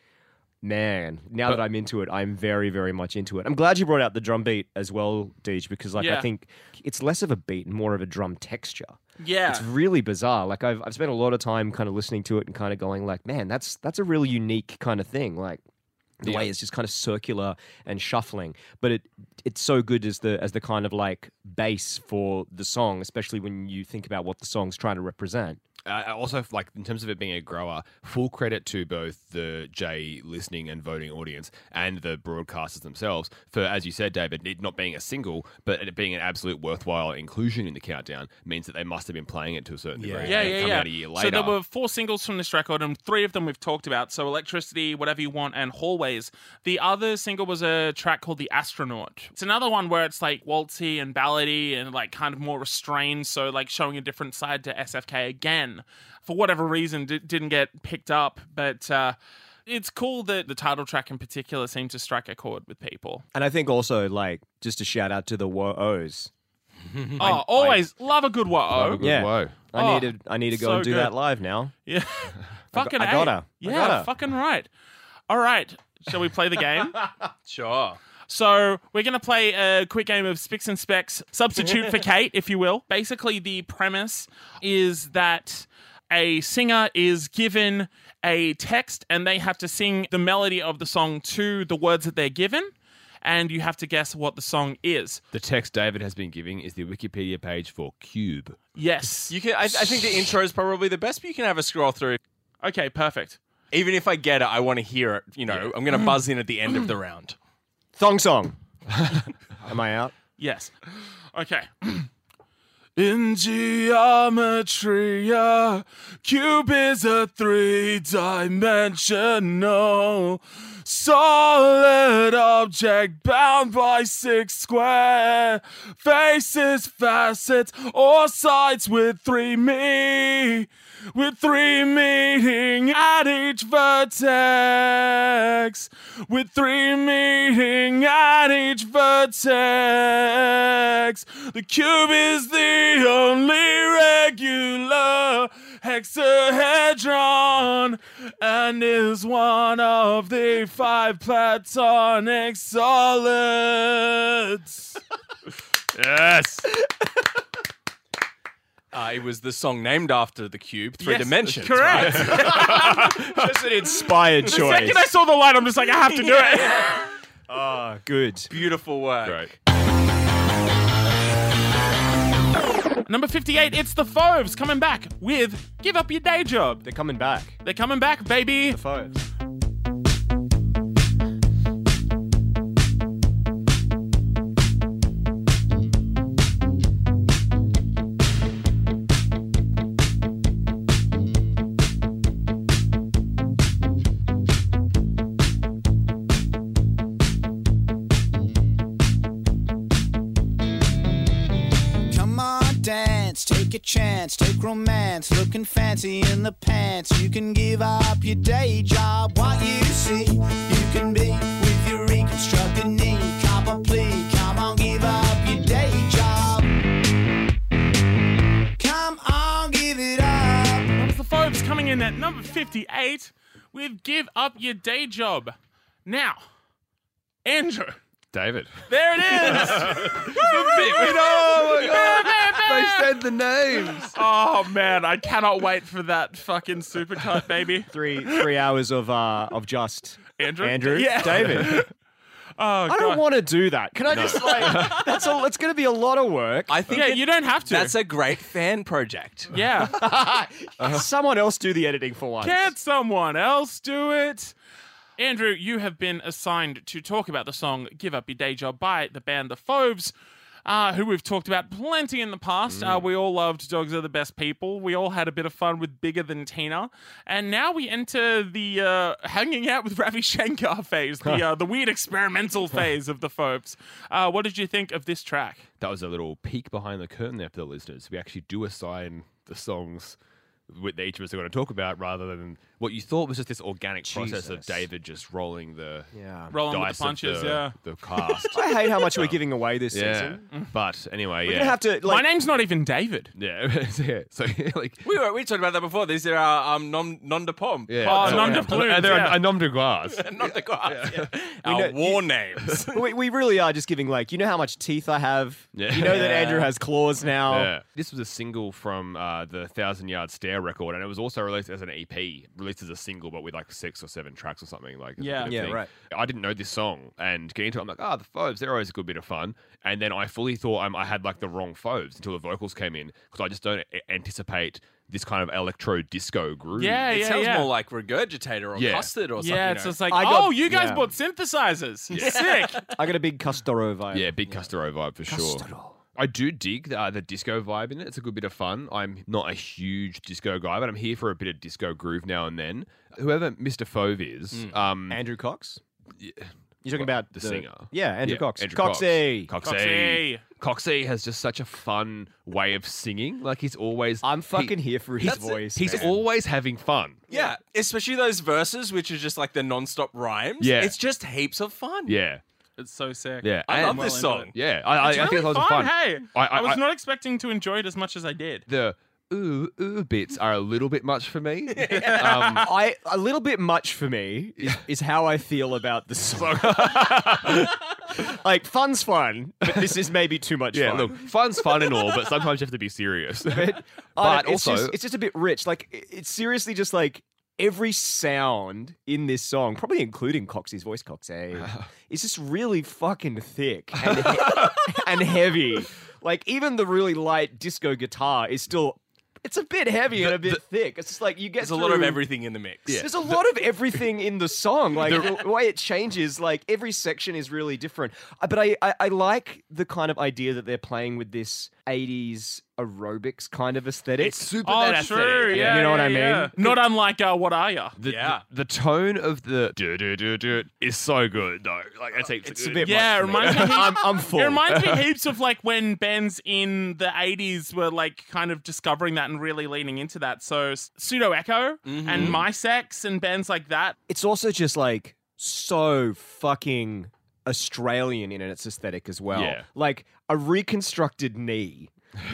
Speaker 3: man, now that I'm into it, I'm very, very much into it. I'm glad you brought out the drum beat as well, Deej, because, like,
Speaker 1: Yeah.
Speaker 3: I think it's less of a beat and more of a drum texture.
Speaker 1: Yeah,
Speaker 3: It's really bizarre. Like I've I've spent a lot of time kind of listening to it and kind of going like, man, that's that's a really unique kind of thing. Like the way it's just kind of circular and shuffling, but it it's so good as the as the kind of like base for the song, especially when you think about what the song's trying to represent.
Speaker 4: uh, also like in terms of it being a grower, full credit to both the J listening and voting audience and the broadcasters themselves for, as you said, David, it not being a single, but it being an absolute worthwhile inclusion in the countdown means that they must have been playing it to a certain degree.
Speaker 1: Yeah,
Speaker 4: and
Speaker 1: yeah,
Speaker 4: coming
Speaker 1: yeah.
Speaker 4: Out a year
Speaker 1: So
Speaker 4: later.
Speaker 1: there were four singles from this record, and three of them we've talked about. So electricity, whatever you want, and hallways. The other single was a track called "The Astronaut." It's another one where it's like waltzy and ballady, and like kind of more restrained. So like showing a different side to SFK again. For whatever reason, di- didn't get picked up, but. Uh, it's cool that the title track in particular seemed to strike a chord with people.
Speaker 3: And I think also, like, just a shout out to the Woos.
Speaker 4: Hmm.
Speaker 1: Oh, always love a good
Speaker 4: Have a
Speaker 1: whoa.
Speaker 4: good
Speaker 3: Yeah.
Speaker 4: woe.
Speaker 3: I
Speaker 1: Oh,
Speaker 3: need to I need to go
Speaker 1: so
Speaker 3: and do
Speaker 1: good.
Speaker 3: that live now.
Speaker 1: Yeah. *laughs* fucking
Speaker 3: *laughs* I
Speaker 1: A.
Speaker 3: gotta. I
Speaker 1: Yeah,
Speaker 3: gotta.
Speaker 1: fucking right. All right. Shall we play the
Speaker 3: *laughs*
Speaker 1: game?
Speaker 2: Sure.
Speaker 1: So we're going to play a quick game of Spicks and Specs, substitute
Speaker 3: *laughs*
Speaker 1: for Kate, if you will. Basically, the premise is that a singer is given a text and they have to sing the melody of the song to the words that they're given. And you have to guess what the song is.
Speaker 4: The text David has been giving is the Wikipedia page for Cube.
Speaker 1: Yes.
Speaker 2: You can. I, I think the intro is probably the best, but you can have a scroll through.
Speaker 1: Okay, perfect.
Speaker 2: Even if I get it, I want to hear it. You know, I'm going to buzz in at the end of the round.
Speaker 3: Thong
Speaker 1: *laughs*
Speaker 3: song. Am I out?
Speaker 1: Yes. Okay. *clears throat* In geometry, a cube is a three dimensional solid object bound by six square faces, facets, or sides with three me, with three meeting at each vertex, with three meeting at each vertex. The cube is the only regular hexahedron and is one of the five platonic
Speaker 2: *laughs*
Speaker 1: solids.
Speaker 4: Yes.
Speaker 2: Uh, it was the song named after the cube, Three
Speaker 1: Yes,
Speaker 2: Dimensions. right?
Speaker 1: Correct.
Speaker 3: Just an inspired
Speaker 1: The
Speaker 3: choice.
Speaker 1: second I saw the light, I'm just like, I have to do it. *laughs*
Speaker 3: Ah, good.
Speaker 2: Beautiful work.
Speaker 4: Great.
Speaker 1: Number 58, it's the Foves coming back with Give Up Your Day Job.
Speaker 3: They're coming back.
Speaker 1: They're coming back, baby.
Speaker 3: Foes.
Speaker 7: Come on, dance, take a chance, take romance, looking fancy in the pants. You can give up your day job, what you see, you can be with your reconstructed knee. Cop a plea, come on, give up your day job. Come on, give it up.
Speaker 1: That was the Foves coming in at number 58 with Give Up Your Day Job. Now, Andrew,
Speaker 4: David.
Speaker 1: there it is.
Speaker 4: Oh they said the names.
Speaker 1: *laughs* oh man, I cannot wait for that fucking supercut, baby.
Speaker 3: Three three hours of uh of just
Speaker 1: Andrew?
Speaker 3: Andrew,
Speaker 1: Yeah.
Speaker 3: David.
Speaker 1: Oh,
Speaker 3: I
Speaker 1: God.
Speaker 3: don't want to do that. Can I just like? *laughs* That's all. It's going to be a lot of work.
Speaker 2: I think
Speaker 1: Yeah,
Speaker 2: it-
Speaker 1: you don't have to.
Speaker 2: that's a great fan project.
Speaker 3: *laughs*
Speaker 1: yeah.
Speaker 3: Uh-huh. Someone else do the editing for once.
Speaker 1: Can't someone else do it? Andrew, you have been assigned to talk about the song Give Up Your Day Job by the band The Foves, uh, who we've talked about plenty in the past. Uh, we all loved Dogs Are the Best People. We all had a bit of fun with Bigger Than Tina. And now we enter the uh, hanging out with *laughs* Ravi Shankar phase, the, uh, the weird experimental phase of The Foves. Uh, what did you think of this track?
Speaker 4: That was a little peek behind the curtain there for the listeners. We actually do assign the songs with each of us are going to talk about rather than what you thought was just this organic process of
Speaker 3: Jesus.
Speaker 4: David just rolling the
Speaker 3: Yeah.
Speaker 1: Rolling with
Speaker 4: dice
Speaker 1: the punches,
Speaker 4: of the,
Speaker 1: yeah. *laughs*
Speaker 4: the cast.
Speaker 3: I hate how much we're giving away this
Speaker 4: yeah.
Speaker 3: season.
Speaker 4: *laughs* But anyway,
Speaker 3: We're
Speaker 4: yeah.
Speaker 3: gonna have to
Speaker 1: My
Speaker 3: like.
Speaker 1: name's not even David.
Speaker 4: yeah. so, *laughs* yeah. *laughs* So like
Speaker 2: We were we talked about that before. These are our um, nom, nom de pomme.
Speaker 4: yeah.
Speaker 1: Oh,
Speaker 4: So-
Speaker 1: nom de plume,
Speaker 4: They're a-
Speaker 1: yeah.
Speaker 4: a nom de glace.
Speaker 2: Not the *laughs* guys. yeah.
Speaker 3: know-
Speaker 2: Our
Speaker 3: you-
Speaker 2: war names.
Speaker 3: we, we really are just giving like you know how much teeth I have.
Speaker 4: Yeah.
Speaker 3: You know that
Speaker 4: Yeah.
Speaker 3: Andrew has claws now.
Speaker 4: Yeah. This was a single from uh, the Thousand Yard Stare Air record, and it was also released as an EP, released as a single, but with like six or seven tracks or something. Like as a
Speaker 1: Yeah.
Speaker 4: bit of
Speaker 3: Yeah,
Speaker 4: thing.
Speaker 3: right.
Speaker 4: I didn't know this song, and getting into it, I'm like, ah, the Phobes, they're always a good bit of fun. And then I fully thought I'm, I had like the wrong Phobes until the vocals came in because I just don't a- anticipate this kind of electro disco groove.
Speaker 1: Yeah,
Speaker 2: It
Speaker 1: yeah,
Speaker 2: sounds
Speaker 1: yeah.
Speaker 2: more like regurgitator or
Speaker 4: Yeah.
Speaker 2: custard or something.
Speaker 1: yeah,
Speaker 2: you
Speaker 1: it's
Speaker 2: know.
Speaker 1: just like,
Speaker 3: I got-
Speaker 1: oh, you guys
Speaker 3: yeah.
Speaker 1: bought synthesizers. Sick.
Speaker 3: I got a big Custoro vibe.
Speaker 4: Yeah, big Custaro vibe for sure. I do dig the, uh, the disco vibe in it. It's a good bit of fun. I'm not a huge disco guy, but I'm here for a bit of disco groove now and then. Whoever Mr. Fove is,
Speaker 3: Hmm.
Speaker 4: um,
Speaker 3: Andrew Cox. You're talking about
Speaker 4: the singer.
Speaker 3: Yeah, Andrew
Speaker 4: yeah,
Speaker 3: Cox.
Speaker 4: Andrew
Speaker 3: Coxey.
Speaker 4: Cox.
Speaker 1: Coxey.
Speaker 4: Coxey. Coxey has just such a fun way of singing. Like he's always.
Speaker 3: I'm
Speaker 4: he-
Speaker 3: fucking here for his
Speaker 2: That's it.
Speaker 3: voice.
Speaker 4: He's
Speaker 3: man.
Speaker 4: always having fun.
Speaker 2: yeah, especially those verses, which are just like the non-stop rhymes.
Speaker 4: Yeah.
Speaker 2: it's just heaps of fun.
Speaker 4: Yeah,
Speaker 1: it's so sick.
Speaker 4: yeah.
Speaker 2: I
Speaker 4: and- uh,
Speaker 2: love this
Speaker 1: well into
Speaker 2: song.
Speaker 4: Yeah, I, I,
Speaker 1: It's
Speaker 4: I think
Speaker 1: really
Speaker 4: it's lots of
Speaker 1: fun.
Speaker 4: fun.
Speaker 1: Hey,
Speaker 4: I-
Speaker 1: I,
Speaker 4: I-
Speaker 1: was
Speaker 4: I-
Speaker 1: not expecting to enjoy it as much as I did.
Speaker 4: The ooh ooh bits are a little bit much for
Speaker 3: *laughs*
Speaker 4: me. um,
Speaker 3: I a little bit much for me is, is how I feel about the song. *laughs* like fun's fun, but this is maybe too much
Speaker 4: yeah,
Speaker 3: fun.
Speaker 4: look, fun's fun and all, but sometimes you have to be
Speaker 3: *laughs*
Speaker 4: serious.
Speaker 3: but,
Speaker 4: But
Speaker 3: it's
Speaker 4: also-
Speaker 3: just, it's just a bit rich. Like it- it's seriously just like every sound in this song, probably including Coxey's voice, Coxey, is just really fucking thick and, he- and heavy. Like even the really light disco guitar is still. It's a bit heavy and a bit thick. It's just like you get
Speaker 2: There's a lot of
Speaker 3: through-
Speaker 2: everything in the mix.
Speaker 4: Yeah.
Speaker 3: There's a lot of everything in the song. Like the, way it changes, like every section is really different. Uh, But I, I, I like the kind of idea that they're playing with this 80s aerobics kind of aesthetic.
Speaker 4: It's super
Speaker 1: oh,
Speaker 4: that aesthetic.
Speaker 1: true. Yeah,
Speaker 3: You know what
Speaker 1: yeah,
Speaker 3: I mean?
Speaker 1: yeah. Not unlike uh, What Are Ya?
Speaker 4: The,
Speaker 2: Yeah.
Speaker 4: the, the tone of the do do do do is so good though. Like it's, heaps of
Speaker 3: It's a
Speaker 4: good.
Speaker 3: bit
Speaker 1: Yeah,
Speaker 3: much
Speaker 1: it
Speaker 3: for me.
Speaker 1: reminds me.
Speaker 3: I'm, I'm full.
Speaker 1: It reminds me heaps of like when bands in the 80s were like kind of discovering that and really leaning into that. So Pseudo Echo and My Sex and bands like that.
Speaker 3: it's also just like so fucking Australian in its aesthetic as well.
Speaker 4: Yeah.
Speaker 3: Like a reconstructed
Speaker 4: *laughs*
Speaker 3: knee.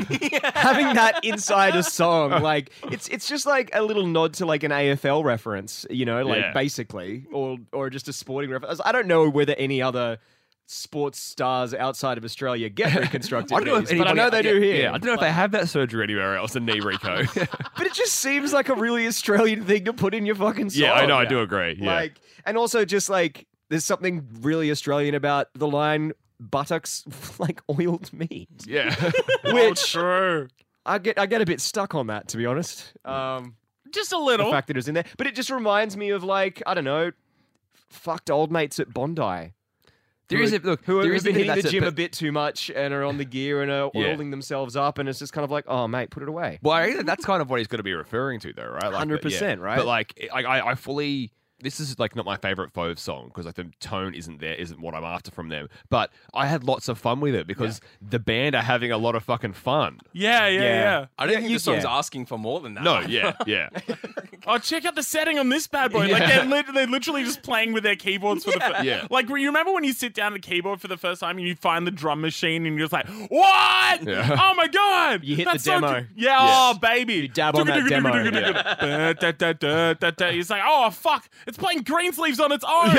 Speaker 3: *laughs* Having that inside a song, like it's it's just like a little nod to like an AFL reference, you know, like
Speaker 4: Yeah.
Speaker 3: basically, or or just a sporting reference. I don't know whether any other sports stars outside of
Speaker 4: *laughs*
Speaker 3: Australia get reconstructed, knees, but I know they do here.
Speaker 4: Yeah, I don't know if they have that surgery anywhere else in Rico.
Speaker 3: But it just seems like a really Australian thing to put in your fucking song.
Speaker 4: yeah, I know. I do agree. Yeah.
Speaker 3: Like, and also just like, there's something really Australian about the line buttocks *laughs* like oiled meat, *laughs*
Speaker 4: yeah.
Speaker 3: which
Speaker 1: True.
Speaker 3: I get I get a bit stuck on that to be honest. Um,
Speaker 1: Just a
Speaker 3: the
Speaker 1: little.
Speaker 3: fact that it was in there, but it just reminds me of like I don't know, fucked old mates at Bondi.
Speaker 4: *laughs* There
Speaker 3: who
Speaker 4: is
Speaker 3: are-
Speaker 4: a look.
Speaker 3: Who are
Speaker 4: there
Speaker 3: who've
Speaker 4: is a
Speaker 3: been
Speaker 4: thing
Speaker 3: hitting the
Speaker 4: that's
Speaker 3: gym
Speaker 4: but-
Speaker 3: a bit too much and are on the gear and are
Speaker 4: Yeah.
Speaker 3: oiling themselves up, and it's just kind of like, oh mate, put it away.
Speaker 4: Well, I think that that's kind of what he's going to be referring to, though, right? Like, but yeah.
Speaker 3: 100%, right?
Speaker 4: But like, I, I, I fully. This is like not my favorite Fove song because like the tone isn't there, isn't what I'm after from them. But I had lots of fun with it because the band are having a lot of fucking fun.
Speaker 1: Yeah, yeah,
Speaker 3: Yeah.
Speaker 1: yeah,
Speaker 2: I don't
Speaker 3: Yeah,
Speaker 2: think
Speaker 3: you
Speaker 2: the song's
Speaker 3: can.
Speaker 2: asking for more than that.
Speaker 4: No, yeah, yeah.
Speaker 1: Oh, check out the setting on this bad boy. Like they're, lit they're literally just playing with their keyboards for the first.
Speaker 4: Yeah.
Speaker 1: Like you remember when you sit down at a keyboard for the first time and you find the drum machine and you're just like, what?
Speaker 4: Yeah.
Speaker 1: Oh my god!
Speaker 3: You hit
Speaker 1: That's
Speaker 3: the
Speaker 1: so
Speaker 3: demo.
Speaker 1: good." yeah. Oh baby. You
Speaker 3: dab on that demo,
Speaker 1: *laughs* It's like, oh fuck! It's playing green sleeves on its own.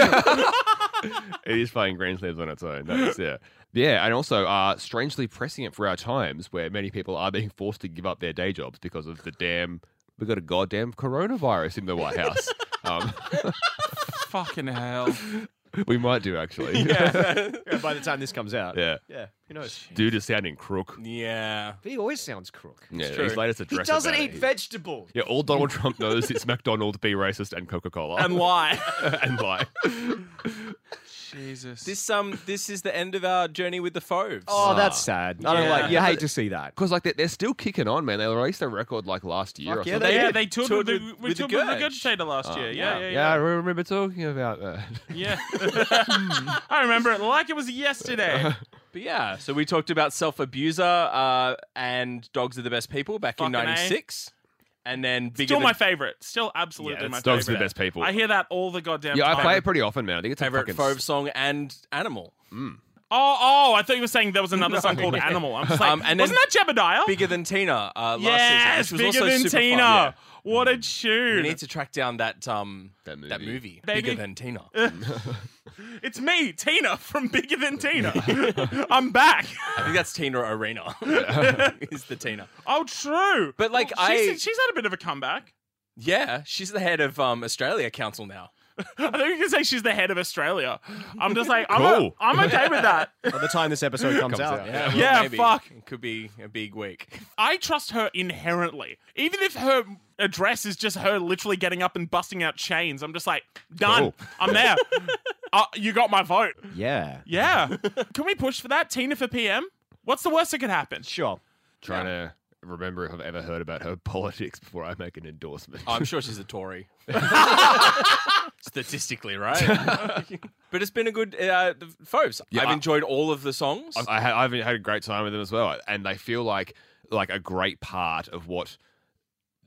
Speaker 4: It is playing Green Sleeves on its own. That's, yeah. Yeah, and also uh, strangely pressing it for our times where many people are being forced to give up their day jobs because of the damn, we've got a goddamn coronavirus in the White
Speaker 3: *laughs*
Speaker 4: House. um,
Speaker 1: *laughs*
Speaker 4: *laughs*
Speaker 1: Fucking hell.
Speaker 4: we might do, actually. Yeah.
Speaker 3: By the time this comes out, yeah, who knows?
Speaker 4: *laughs* Dude is sounding crook.
Speaker 2: Yeah.
Speaker 3: He always sounds crook.
Speaker 4: Yeah, his latest
Speaker 3: He
Speaker 4: address.
Speaker 3: doesn't
Speaker 4: about
Speaker 3: eat
Speaker 4: it.
Speaker 3: vegetables.
Speaker 4: Yeah, all Donald Trump knows is McDonald's, be racist, and Coca Cola.
Speaker 1: And why?
Speaker 4: *laughs* and
Speaker 3: *laughs*
Speaker 4: lie.
Speaker 1: Jesus.
Speaker 2: *laughs* This um, this is the end of our journey with the Foves.
Speaker 3: Oh, that's sad. I don't
Speaker 1: Yeah.
Speaker 3: like. You hate to see that.
Speaker 4: Because, like, they're, they're still kicking on, man. They released their record, like, last year
Speaker 3: Fuck
Speaker 4: or
Speaker 3: yeah,
Speaker 4: something.
Speaker 3: they
Speaker 1: yeah,
Speaker 3: did.
Speaker 1: they toured, with,
Speaker 2: Toured with-
Speaker 1: the,
Speaker 2: with
Speaker 1: we
Speaker 2: the
Speaker 1: toured with the
Speaker 2: Gurge.
Speaker 1: Regurgitator last
Speaker 4: Oh,
Speaker 1: year. Yeah, yeah, yeah.
Speaker 4: I remember talking about that.
Speaker 1: yeah. *laughs* I remember it like it was yesterday.
Speaker 4: *laughs*
Speaker 2: But yeah, so we talked about Self Abuser uh, and Dogs Are the Best People back in
Speaker 1: Fucking A.
Speaker 2: '96, and then bigger
Speaker 1: Still
Speaker 2: than,
Speaker 1: my favorite. Still absolutely
Speaker 4: Yeah,
Speaker 1: my
Speaker 4: it's Dogs
Speaker 1: favorite.
Speaker 4: Are the Best People.
Speaker 1: I hear that all the goddamn
Speaker 4: Yeah, I
Speaker 1: time.
Speaker 4: play it pretty often, man. I think it's a
Speaker 2: favorite
Speaker 4: fucking
Speaker 2: Fove song and Animal.
Speaker 1: Oh, oh, I thought you were saying there was
Speaker 2: *laughs*
Speaker 1: another song called Animal. I'm just like,
Speaker 2: Um, and then
Speaker 1: wasn't that Jebediah?
Speaker 2: Bigger than Tina uh, last
Speaker 1: yes,
Speaker 2: season. which was
Speaker 1: bigger
Speaker 2: also
Speaker 1: than
Speaker 2: super fun,
Speaker 1: Tina.
Speaker 2: yeah. Mm.
Speaker 1: What a tune!
Speaker 2: We need to track down that um
Speaker 4: That movie.
Speaker 1: Baby.
Speaker 2: Bigger than Tina.
Speaker 1: *laughs* It's me, Tina from Bigger Than
Speaker 2: *laughs*
Speaker 1: Tina. I'm back. *laughs*
Speaker 2: I think that's Tina Arena. Is the Tina.
Speaker 1: Oh, true.
Speaker 2: But, like,
Speaker 1: Well, she's,
Speaker 2: I-
Speaker 1: she's had a bit of a comeback.
Speaker 2: Yeah, she's the head of um Australia Council now.
Speaker 1: I think you can say she's the head of Australia. I'm just like, I'm,
Speaker 4: Cool.
Speaker 1: i I'm okay with
Speaker 2: *laughs*
Speaker 1: that.
Speaker 3: By the time this episode comes, out,
Speaker 2: Yeah, well,
Speaker 1: Yeah,
Speaker 2: maybe.
Speaker 1: fuck.
Speaker 2: It could be a big week.
Speaker 1: I trust her inherently. Even if her address is just her literally getting up and busting out chains, I'm just like, done.
Speaker 4: Cool.
Speaker 1: I'm there. uh, you got my vote.
Speaker 3: yeah,
Speaker 1: Yeah. Can we push for that? Tina for PM? What's the worst that could happen?
Speaker 3: sure.
Speaker 4: Trying to remember if I've ever heard about her *laughs* politics before I make an endorsement.
Speaker 2: Oh,
Speaker 4: *laughs*
Speaker 2: I'm sure she's
Speaker 1: *laughs*
Speaker 2: a Tory. *laughs*
Speaker 1: *laughs*
Speaker 2: Statistically, right? but it's been a good uh, the Fobes.
Speaker 4: Yeah,
Speaker 2: I've
Speaker 4: I-
Speaker 2: enjoyed all of the songs.
Speaker 4: I, ha- I've had a great time with them as well, and they feel like like a great part of what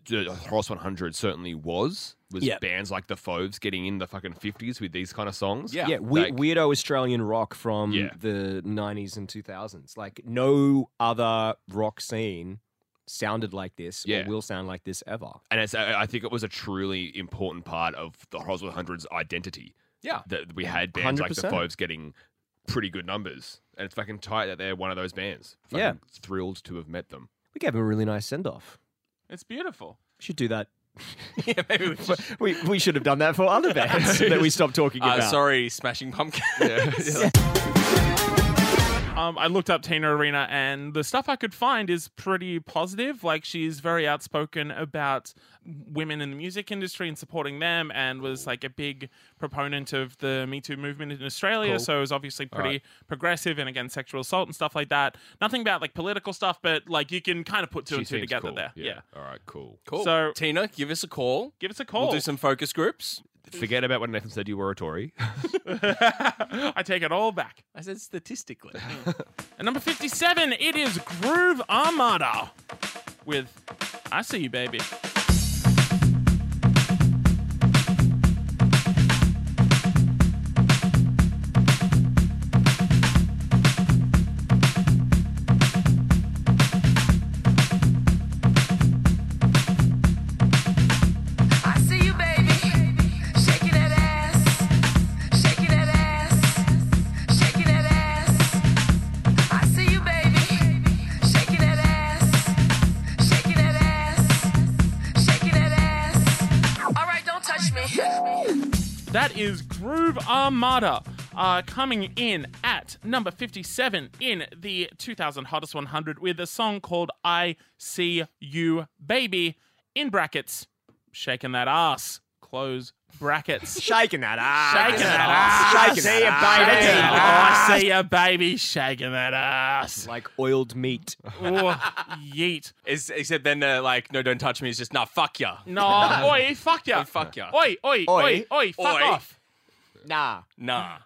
Speaker 4: the Horse 100 certainly was was
Speaker 3: Yep.
Speaker 4: bands like the Foves getting in the fucking 50s with these kind of songs.
Speaker 2: Yeah.
Speaker 3: Yeah, we-
Speaker 4: like-
Speaker 3: weirdo Australian rock from
Speaker 4: Yeah.
Speaker 3: the 90s and 2000s. Like, no other rock scene sounded like this
Speaker 4: Yeah.
Speaker 3: or will sound like this ever.
Speaker 4: and it's, I I think it was a truly important part of the Horse 100's identity
Speaker 2: yeah.
Speaker 4: that we had bands like the
Speaker 3: 100%.
Speaker 4: Foves getting pretty good numbers, and it's fucking tight that they're one of those bands. Fucking
Speaker 3: Yeah.
Speaker 4: thrilled to have met them.
Speaker 3: We gave him a really nice send off.
Speaker 1: It's beautiful.
Speaker 3: We should do that.
Speaker 2: yeah, maybe we should.
Speaker 3: *laughs* We, we should have done that for other bands that we stopped talking
Speaker 2: Uh,
Speaker 3: about.
Speaker 2: sorry, Smashing Pumpkins. *laughs*
Speaker 1: Um, I looked up Tina Arena, and the stuff I could find is pretty positive. Like she's very outspoken about women in the music industry and supporting them, and was like a big proponent of the Me Too movement in Australia. So it was obviously pretty progressive and against sexual assault and stuff like that. Nothing about like political stuff, but like you can kind of put two
Speaker 4: She
Speaker 1: and two
Speaker 4: seems
Speaker 1: together
Speaker 4: cool.
Speaker 1: there. Yeah.
Speaker 4: All right. Cool.
Speaker 2: Cool.
Speaker 1: So-
Speaker 2: Tina, give us a call.
Speaker 1: Give us a
Speaker 2: We'll
Speaker 1: call.
Speaker 2: do some focus groups.
Speaker 4: Forget about when Nathan said you were
Speaker 1: *laughs*
Speaker 4: a Tory.
Speaker 1: I take it all back.
Speaker 2: I
Speaker 1: *laughs*
Speaker 2: said statistically.
Speaker 1: At number 57, it is Groove Armada with I See You Baby.
Speaker 8: I see you, baby, shaking that ass, shaking that ass, shaking that ass. I see you, baby, shaking that ass, shaking that ass, shaking that ass. All right, don't touch me.
Speaker 1: That is Groove Armada uh, coming in at number 57 in the 2000 Hottest 100 with a song called I See You Baby, in brackets, shaking that ass, close brackets.
Speaker 3: Shaking that ass.
Speaker 1: Shaking that
Speaker 3: Shaking that ass.
Speaker 1: *laughs* Shaking that
Speaker 3: Shaking that
Speaker 1: ass. I see you, baby, shaking that ass.
Speaker 3: ass. Like oiled meat.
Speaker 1: Ooh, yeet.
Speaker 2: It's, except then they're like, no, don't touch me. It's just, nah, fuck ya. *laughs*
Speaker 1: No, oi, fuck ya.
Speaker 2: Fuck ya.
Speaker 1: Oi, oi, oi,
Speaker 3: Oi.
Speaker 1: oi, fuck
Speaker 2: Oi.
Speaker 1: off.
Speaker 3: Nah.
Speaker 2: Nah.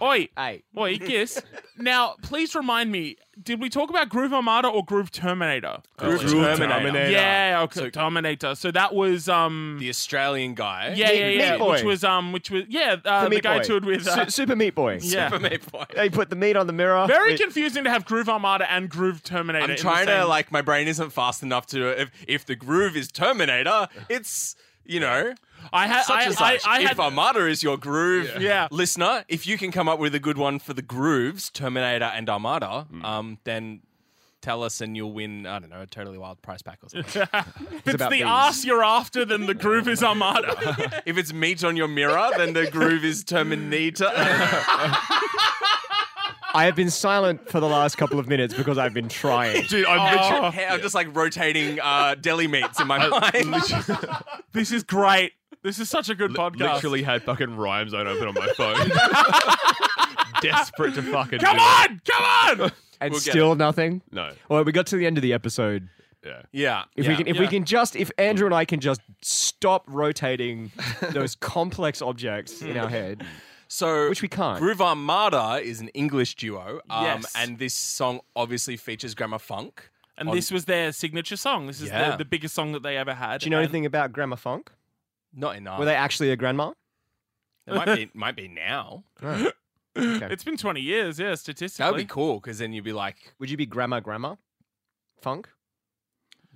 Speaker 1: Oi,
Speaker 3: Hey.
Speaker 1: oi, kiss. now, please remind me, did we talk about Groove Armada or Groove Terminator?
Speaker 2: Groove
Speaker 4: Groove
Speaker 2: Terminator.
Speaker 4: Terminator.
Speaker 1: Yeah, okay, Terminator. So that was um,
Speaker 2: The Australian guy.
Speaker 1: yeah, yeah, yeah,
Speaker 3: Meat Boy.
Speaker 1: which was um, which was yeah, uh,
Speaker 3: The
Speaker 1: the
Speaker 3: Meat
Speaker 1: guy
Speaker 3: Boy.
Speaker 1: toured with. Uh,
Speaker 3: Su- Super Meat Boy.
Speaker 2: *laughs*
Speaker 1: yeah.
Speaker 2: For me, boy.
Speaker 3: They put the meat on the mirror.
Speaker 1: Very
Speaker 3: It-
Speaker 1: confusing to have Groove Armada and Groove Terminator. in
Speaker 2: I'm
Speaker 1: the
Speaker 2: trying to,
Speaker 1: same-
Speaker 2: like, my brain isn't fast enough to, if, if the groove is Terminator, it's, you know,
Speaker 1: I had,
Speaker 2: such
Speaker 1: I,
Speaker 2: and
Speaker 1: I,
Speaker 2: such.
Speaker 1: I
Speaker 2: if
Speaker 1: had,
Speaker 2: Armada is your groove,
Speaker 1: Yeah.
Speaker 2: listener, if you can come up with a good one for the grooves, Terminator and Armada, um, then tell us and you'll win, I don't know, a totally wild prize pack or something.
Speaker 1: if it's the
Speaker 3: about bees.
Speaker 1: ass you're after, then the groove is
Speaker 3: *laughs*
Speaker 1: Armada.
Speaker 2: if it's meat on your mirror, then the groove is
Speaker 3: *laughs* Oh.
Speaker 2: Terminator.
Speaker 3: I have been silent for the last couple of minutes because I've
Speaker 1: *laughs*
Speaker 3: been trying.
Speaker 4: Dude, I'm literally-
Speaker 2: Hey, I'm Oh, just like rotating uh, deli meats in
Speaker 3: *laughs*
Speaker 2: my mind.
Speaker 1: this is great. *laughs* This is such a good podcast.
Speaker 4: literally had fucking rhyme zone open on my
Speaker 1: *laughs*
Speaker 4: phone. *laughs* Desperate to fucking
Speaker 1: Come
Speaker 4: do it.
Speaker 1: on, come on.
Speaker 3: And
Speaker 2: We'll get
Speaker 3: still nothing?
Speaker 4: No.
Speaker 3: Well, we got to the end of the episode.
Speaker 4: Yeah.
Speaker 2: yeah.
Speaker 3: If
Speaker 2: yeah.
Speaker 3: we can if we can just if Andrew and I can just stop rotating
Speaker 1: *laughs*
Speaker 3: those complex objects in our head.
Speaker 2: so
Speaker 3: Which we can't.
Speaker 2: Groove Armada is an English duo. Um,
Speaker 1: Yes.
Speaker 2: And this song obviously features Grammar Funk.
Speaker 1: And
Speaker 2: on-
Speaker 1: this was their signature song. This is
Speaker 2: Yeah.
Speaker 1: the, the biggest song that they ever had.
Speaker 3: Do you know
Speaker 1: And-
Speaker 3: anything about Grammar Funk?
Speaker 2: Not enough.
Speaker 3: Were they actually a grandma?
Speaker 2: It might be, might be now.
Speaker 1: It's been 20 years, yeah, statistically.
Speaker 2: That would be cool because then you'd be like,
Speaker 3: Would you be grammar grammar funk?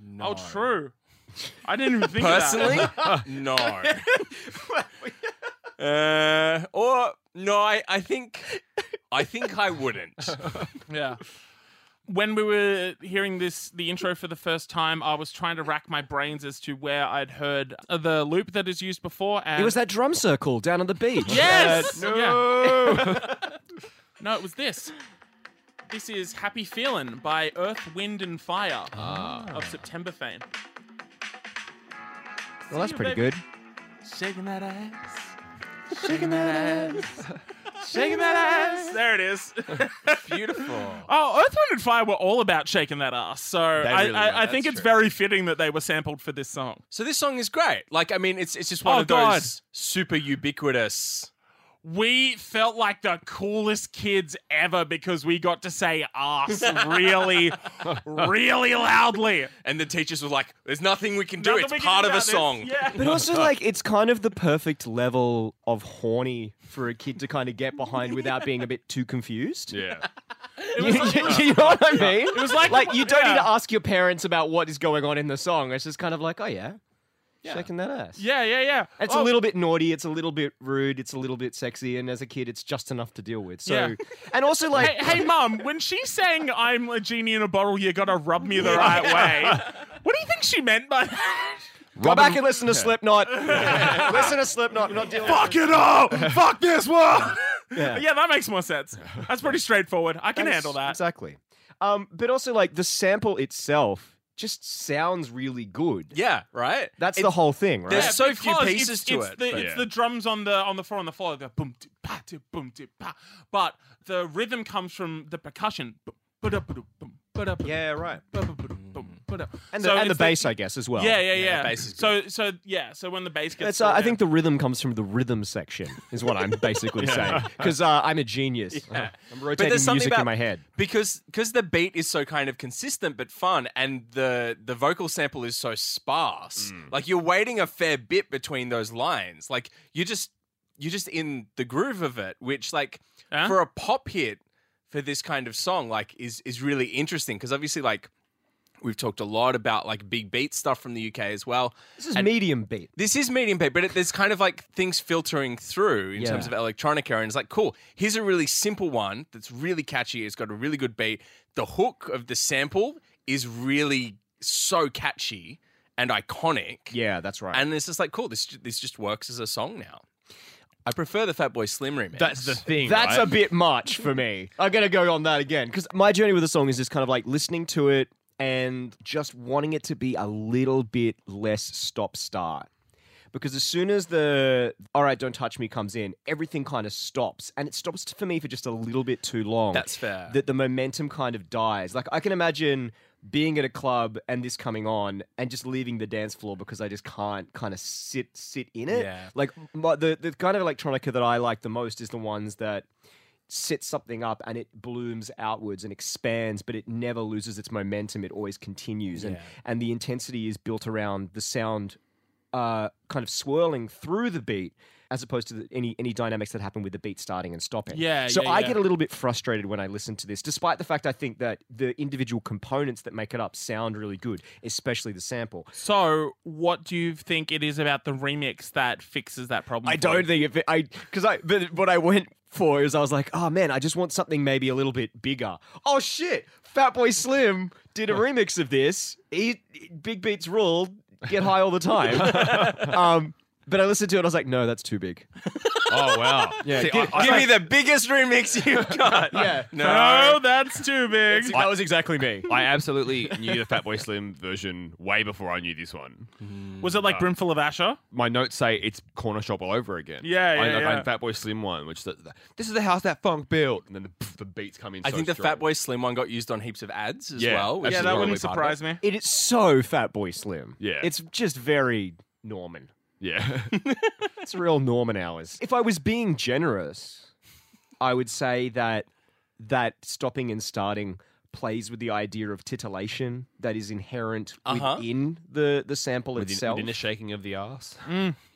Speaker 2: no.
Speaker 1: Oh, true. I didn't even think
Speaker 2: Personally,
Speaker 1: of that.
Speaker 2: *laughs* no. uh, or no, I, I think, I think I
Speaker 1: *laughs*
Speaker 2: wouldn't.
Speaker 1: *laughs* Yeah. When we were hearing this, the intro for the first time, I was trying to rack my brains as to where I'd heard uh, the loop that is used before. And
Speaker 3: It was that drum circle down on the beach.
Speaker 1: *laughs* Yes. no. *laughs* no, it was this. This is Happy Feelin' by Earth, Wind and Fire of September fame.
Speaker 3: Well, that's pretty good.
Speaker 1: Shaking that ass. Shaking that ass. Shaking that ass. There it is.
Speaker 2: Beautiful.
Speaker 1: oh, Earth, Wind and Fire were all about shaking that ass. So I,
Speaker 4: really were,
Speaker 1: I, I think
Speaker 4: that's
Speaker 1: it's
Speaker 4: true.
Speaker 1: very fitting that they were sampled for this song.
Speaker 2: So this song is great. Like, I mean, it's it's just one
Speaker 1: Oh,
Speaker 2: of
Speaker 1: God.
Speaker 2: those super ubiquitous.
Speaker 1: We felt like the coolest kids ever because we got to say ass really, really loudly.
Speaker 2: And the teachers were like, "There's nothing we can do.
Speaker 1: Nothing
Speaker 2: it's
Speaker 1: we can
Speaker 2: part
Speaker 1: do
Speaker 2: of a
Speaker 1: about this.
Speaker 2: song."
Speaker 1: Yeah.
Speaker 3: But also, like, it's kind of the perfect level of horny for a kid to kind of get behind without being a bit too confused.
Speaker 4: Yeah.
Speaker 1: It
Speaker 3: *laughs* You,
Speaker 1: was like-
Speaker 3: *laughs* you know what I mean? It
Speaker 1: was like-
Speaker 3: you don't need
Speaker 1: yeah.
Speaker 3: to ask your parents about what is going on in the song. It's just kind of like, oh yeah, shaking that ass.
Speaker 1: yeah, yeah, yeah.
Speaker 3: It's a
Speaker 1: Oh,
Speaker 3: little bit naughty. It's a little bit rude. It's a little bit sexy. And as a kid, it's just enough to deal with. So,
Speaker 1: Yeah.
Speaker 3: *laughs* and also like,
Speaker 1: Hey, hey, mum, when she sang I'm a genie in a bottle, you gotta rub me the right way, what do you think she meant by that?
Speaker 3: go back and listen
Speaker 1: *laughs*
Speaker 3: to Slipknot. listen to Slipknot. I'm not dealing. with
Speaker 1: Fuck it all! *laughs* Fuck this world!
Speaker 3: Yeah.
Speaker 1: Yeah. that makes more sense. That's pretty straightforward. I can
Speaker 3: That's-
Speaker 1: handle that.
Speaker 3: Exactly. Um, but also like the sample itself just sounds really good.
Speaker 2: Yeah, right.
Speaker 3: That's
Speaker 2: It's-
Speaker 3: the whole thing, right?
Speaker 2: there's so few
Speaker 1: because
Speaker 2: pieces
Speaker 1: it's,
Speaker 2: to
Speaker 1: it's
Speaker 2: it,
Speaker 1: The,
Speaker 2: but-
Speaker 1: it's
Speaker 4: Yeah.
Speaker 1: the drums on the on the floor on the floor. Go boom, dip, pa, dip, boom, dip, pa. But the rhythm comes from the percussion. Boom, ba-da, ba-da, boom, ba-da, ba-da,
Speaker 3: Yeah, right.
Speaker 1: ba-da, ba-da, boom,
Speaker 2: Mm.
Speaker 1: ba-da.
Speaker 3: And the,
Speaker 1: So
Speaker 3: and the
Speaker 1: it's
Speaker 3: bass, I guess, as well.
Speaker 1: Yeah, yeah, yeah.
Speaker 2: bass is
Speaker 1: so, so yeah. So when the bass gets,
Speaker 3: That's, uh,
Speaker 1: pulled
Speaker 3: I
Speaker 1: in-
Speaker 3: think the rhythm comes from the rhythm section, is what I'm basically saying. Because uh, I'm a genius. I'm rotating music in my head.
Speaker 2: because because the beat is so kind of consistent but fun, and the the vocal sample is so sparse. Like you're waiting a fair bit between those lines. Like you just you're just in the groove of it, which like
Speaker 1: Huh?
Speaker 2: for a pop hit for this kind of song, like is is really interesting because obviously like. We've talked a lot about like big beat stuff from the UK as well.
Speaker 3: This is medium beat.
Speaker 2: this is medium paid, but it, there's kind of like things filtering through in
Speaker 3: Yeah.
Speaker 2: terms of electronica, and it's like, cool. Here's a really simple one that's really catchy. It's got a really good beat. The hook of the sample is really so catchy and iconic.
Speaker 3: Yeah, that's right.
Speaker 2: and it's just like, cool. This this just works as a song now. I prefer the Fatboy Slim remix.
Speaker 4: That's the thing.
Speaker 3: That's
Speaker 4: right?
Speaker 3: a bit much for me. I'm going to go on that again because my journey with the song is just kind of like listening to it and just wanting it to be a little bit less stop start. Because as soon as the all right, don't touch me comes in, everything kind of stops. And it stops for me for just a little bit too long.
Speaker 2: That's fair.
Speaker 3: That the momentum kind of dies. Like I can imagine being at a club and this coming on and just leaving the dance floor because I just can't kind of sit sit in it.
Speaker 2: Yeah.
Speaker 3: Like my, the the kind of electronica that I like the most is the ones that set something up and it blooms outwards and expands, but it never loses its momentum. It always continues, and and the intensity is built around the sound, uh, kind of swirling through the beat, as opposed to the, any any dynamics that happen with the beat starting and stopping.
Speaker 1: Yeah,
Speaker 3: So
Speaker 1: yeah,
Speaker 3: I
Speaker 1: yeah.
Speaker 3: get a little bit frustrated when I listen to this, despite the fact I think that the individual components that make it up sound really good, especially the sample.
Speaker 1: So, what do you think it is about the remix that fixes that problem?
Speaker 3: I
Speaker 1: for you?
Speaker 3: don't think if it, I because I but what I went for is I was like, oh man, I just want something maybe a little bit bigger. Oh shit, Fatboy Slim did a remix of this. He big beats rule. Get high all the *laughs* time. um, but I listened to it. I was like, no, that's too big.
Speaker 4: *laughs* Oh wow.
Speaker 3: Yeah,
Speaker 4: See,
Speaker 3: give-
Speaker 4: I, I,
Speaker 2: Give me the biggest remix you've got.
Speaker 3: *laughs* Yeah,
Speaker 1: No, that's too big.
Speaker 3: that was exactly me.
Speaker 4: I absolutely knew the Fatboy Slim version way before I knew this one.
Speaker 2: Mm,
Speaker 1: Was it like brimful of Asher?
Speaker 4: my notes say it's corner shop all over again.
Speaker 1: Yeah,
Speaker 4: I,
Speaker 1: yeah,
Speaker 4: I
Speaker 1: yeah.
Speaker 4: find Fatboy Slim one, which the, the- this is the house that funk built, and then the, pff, the beats come in.
Speaker 2: I
Speaker 4: so
Speaker 2: think the
Speaker 4: strong.
Speaker 2: Fatboy Slim one got used on heaps of ads as
Speaker 4: Yeah,
Speaker 2: well. which
Speaker 1: Yeah,
Speaker 2: is
Speaker 1: that
Speaker 2: probably
Speaker 1: wouldn't
Speaker 2: part of it.
Speaker 1: surprise me.
Speaker 3: It is so Fatboy Slim.
Speaker 4: Yeah.
Speaker 3: it's just very Norman.
Speaker 4: Yeah, *laughs*
Speaker 3: It's real Norman hours. If I was being generous, I would say that that stopping and starting plays with the idea of titillation that is inherent
Speaker 2: Uh-huh.
Speaker 3: within the, the sample
Speaker 4: within,
Speaker 3: itself.
Speaker 4: within the shaking of the ass,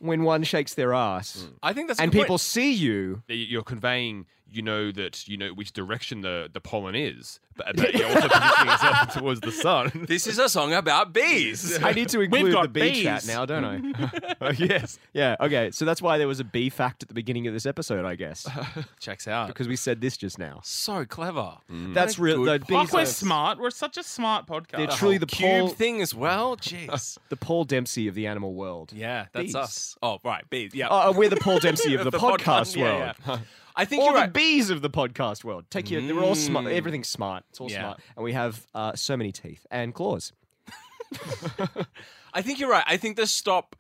Speaker 3: when one shakes their ass
Speaker 2: I think Hmm. that's a
Speaker 3: and
Speaker 2: good
Speaker 3: people
Speaker 2: point. *laughs*
Speaker 3: see you,
Speaker 4: you're conveying you know that you know which direction the, the pollen is,
Speaker 1: *laughs*
Speaker 4: but, but you're also positioning yourself *laughs* towards the sun.
Speaker 2: This is a song about bees.
Speaker 3: I need to include
Speaker 1: got
Speaker 3: the bee
Speaker 1: bees.
Speaker 3: chat now, don't I?
Speaker 4: *laughs* yes.
Speaker 3: yeah. Okay. So that's why there was a bee fact at the beginning of this episode,
Speaker 2: *laughs*
Speaker 3: I guess,
Speaker 2: *laughs* Checks out.
Speaker 3: because Mm. we said this just now.
Speaker 2: so clever.
Speaker 3: That's real.
Speaker 2: good
Speaker 3: The
Speaker 1: Fuck,
Speaker 3: bees
Speaker 1: we're
Speaker 3: are-
Speaker 1: smart. We're such a smart podcast.
Speaker 3: They're truly the
Speaker 2: Cube
Speaker 3: Paul,
Speaker 2: thing as well.
Speaker 3: *laughs*
Speaker 2: Jeez.
Speaker 3: the Paul Dempsey of the animal world.
Speaker 2: yeah, that's
Speaker 3: Bees.
Speaker 2: us. Oh, right, bees. Yeah.
Speaker 3: Oh, uh, we're the Paul Dempsey of
Speaker 2: *laughs* Of
Speaker 3: the,
Speaker 2: the pod-
Speaker 3: podcast
Speaker 2: yeah,
Speaker 3: world. *laughs*
Speaker 2: yeah. I think
Speaker 3: Or
Speaker 2: you're
Speaker 3: the
Speaker 2: right.
Speaker 3: bees of the podcast world. Take your, they're all smart. Everything's smart. It's all
Speaker 2: Yeah.
Speaker 3: smart. And we have uh, so many teeth and claws.
Speaker 2: I think you're right. I think the stop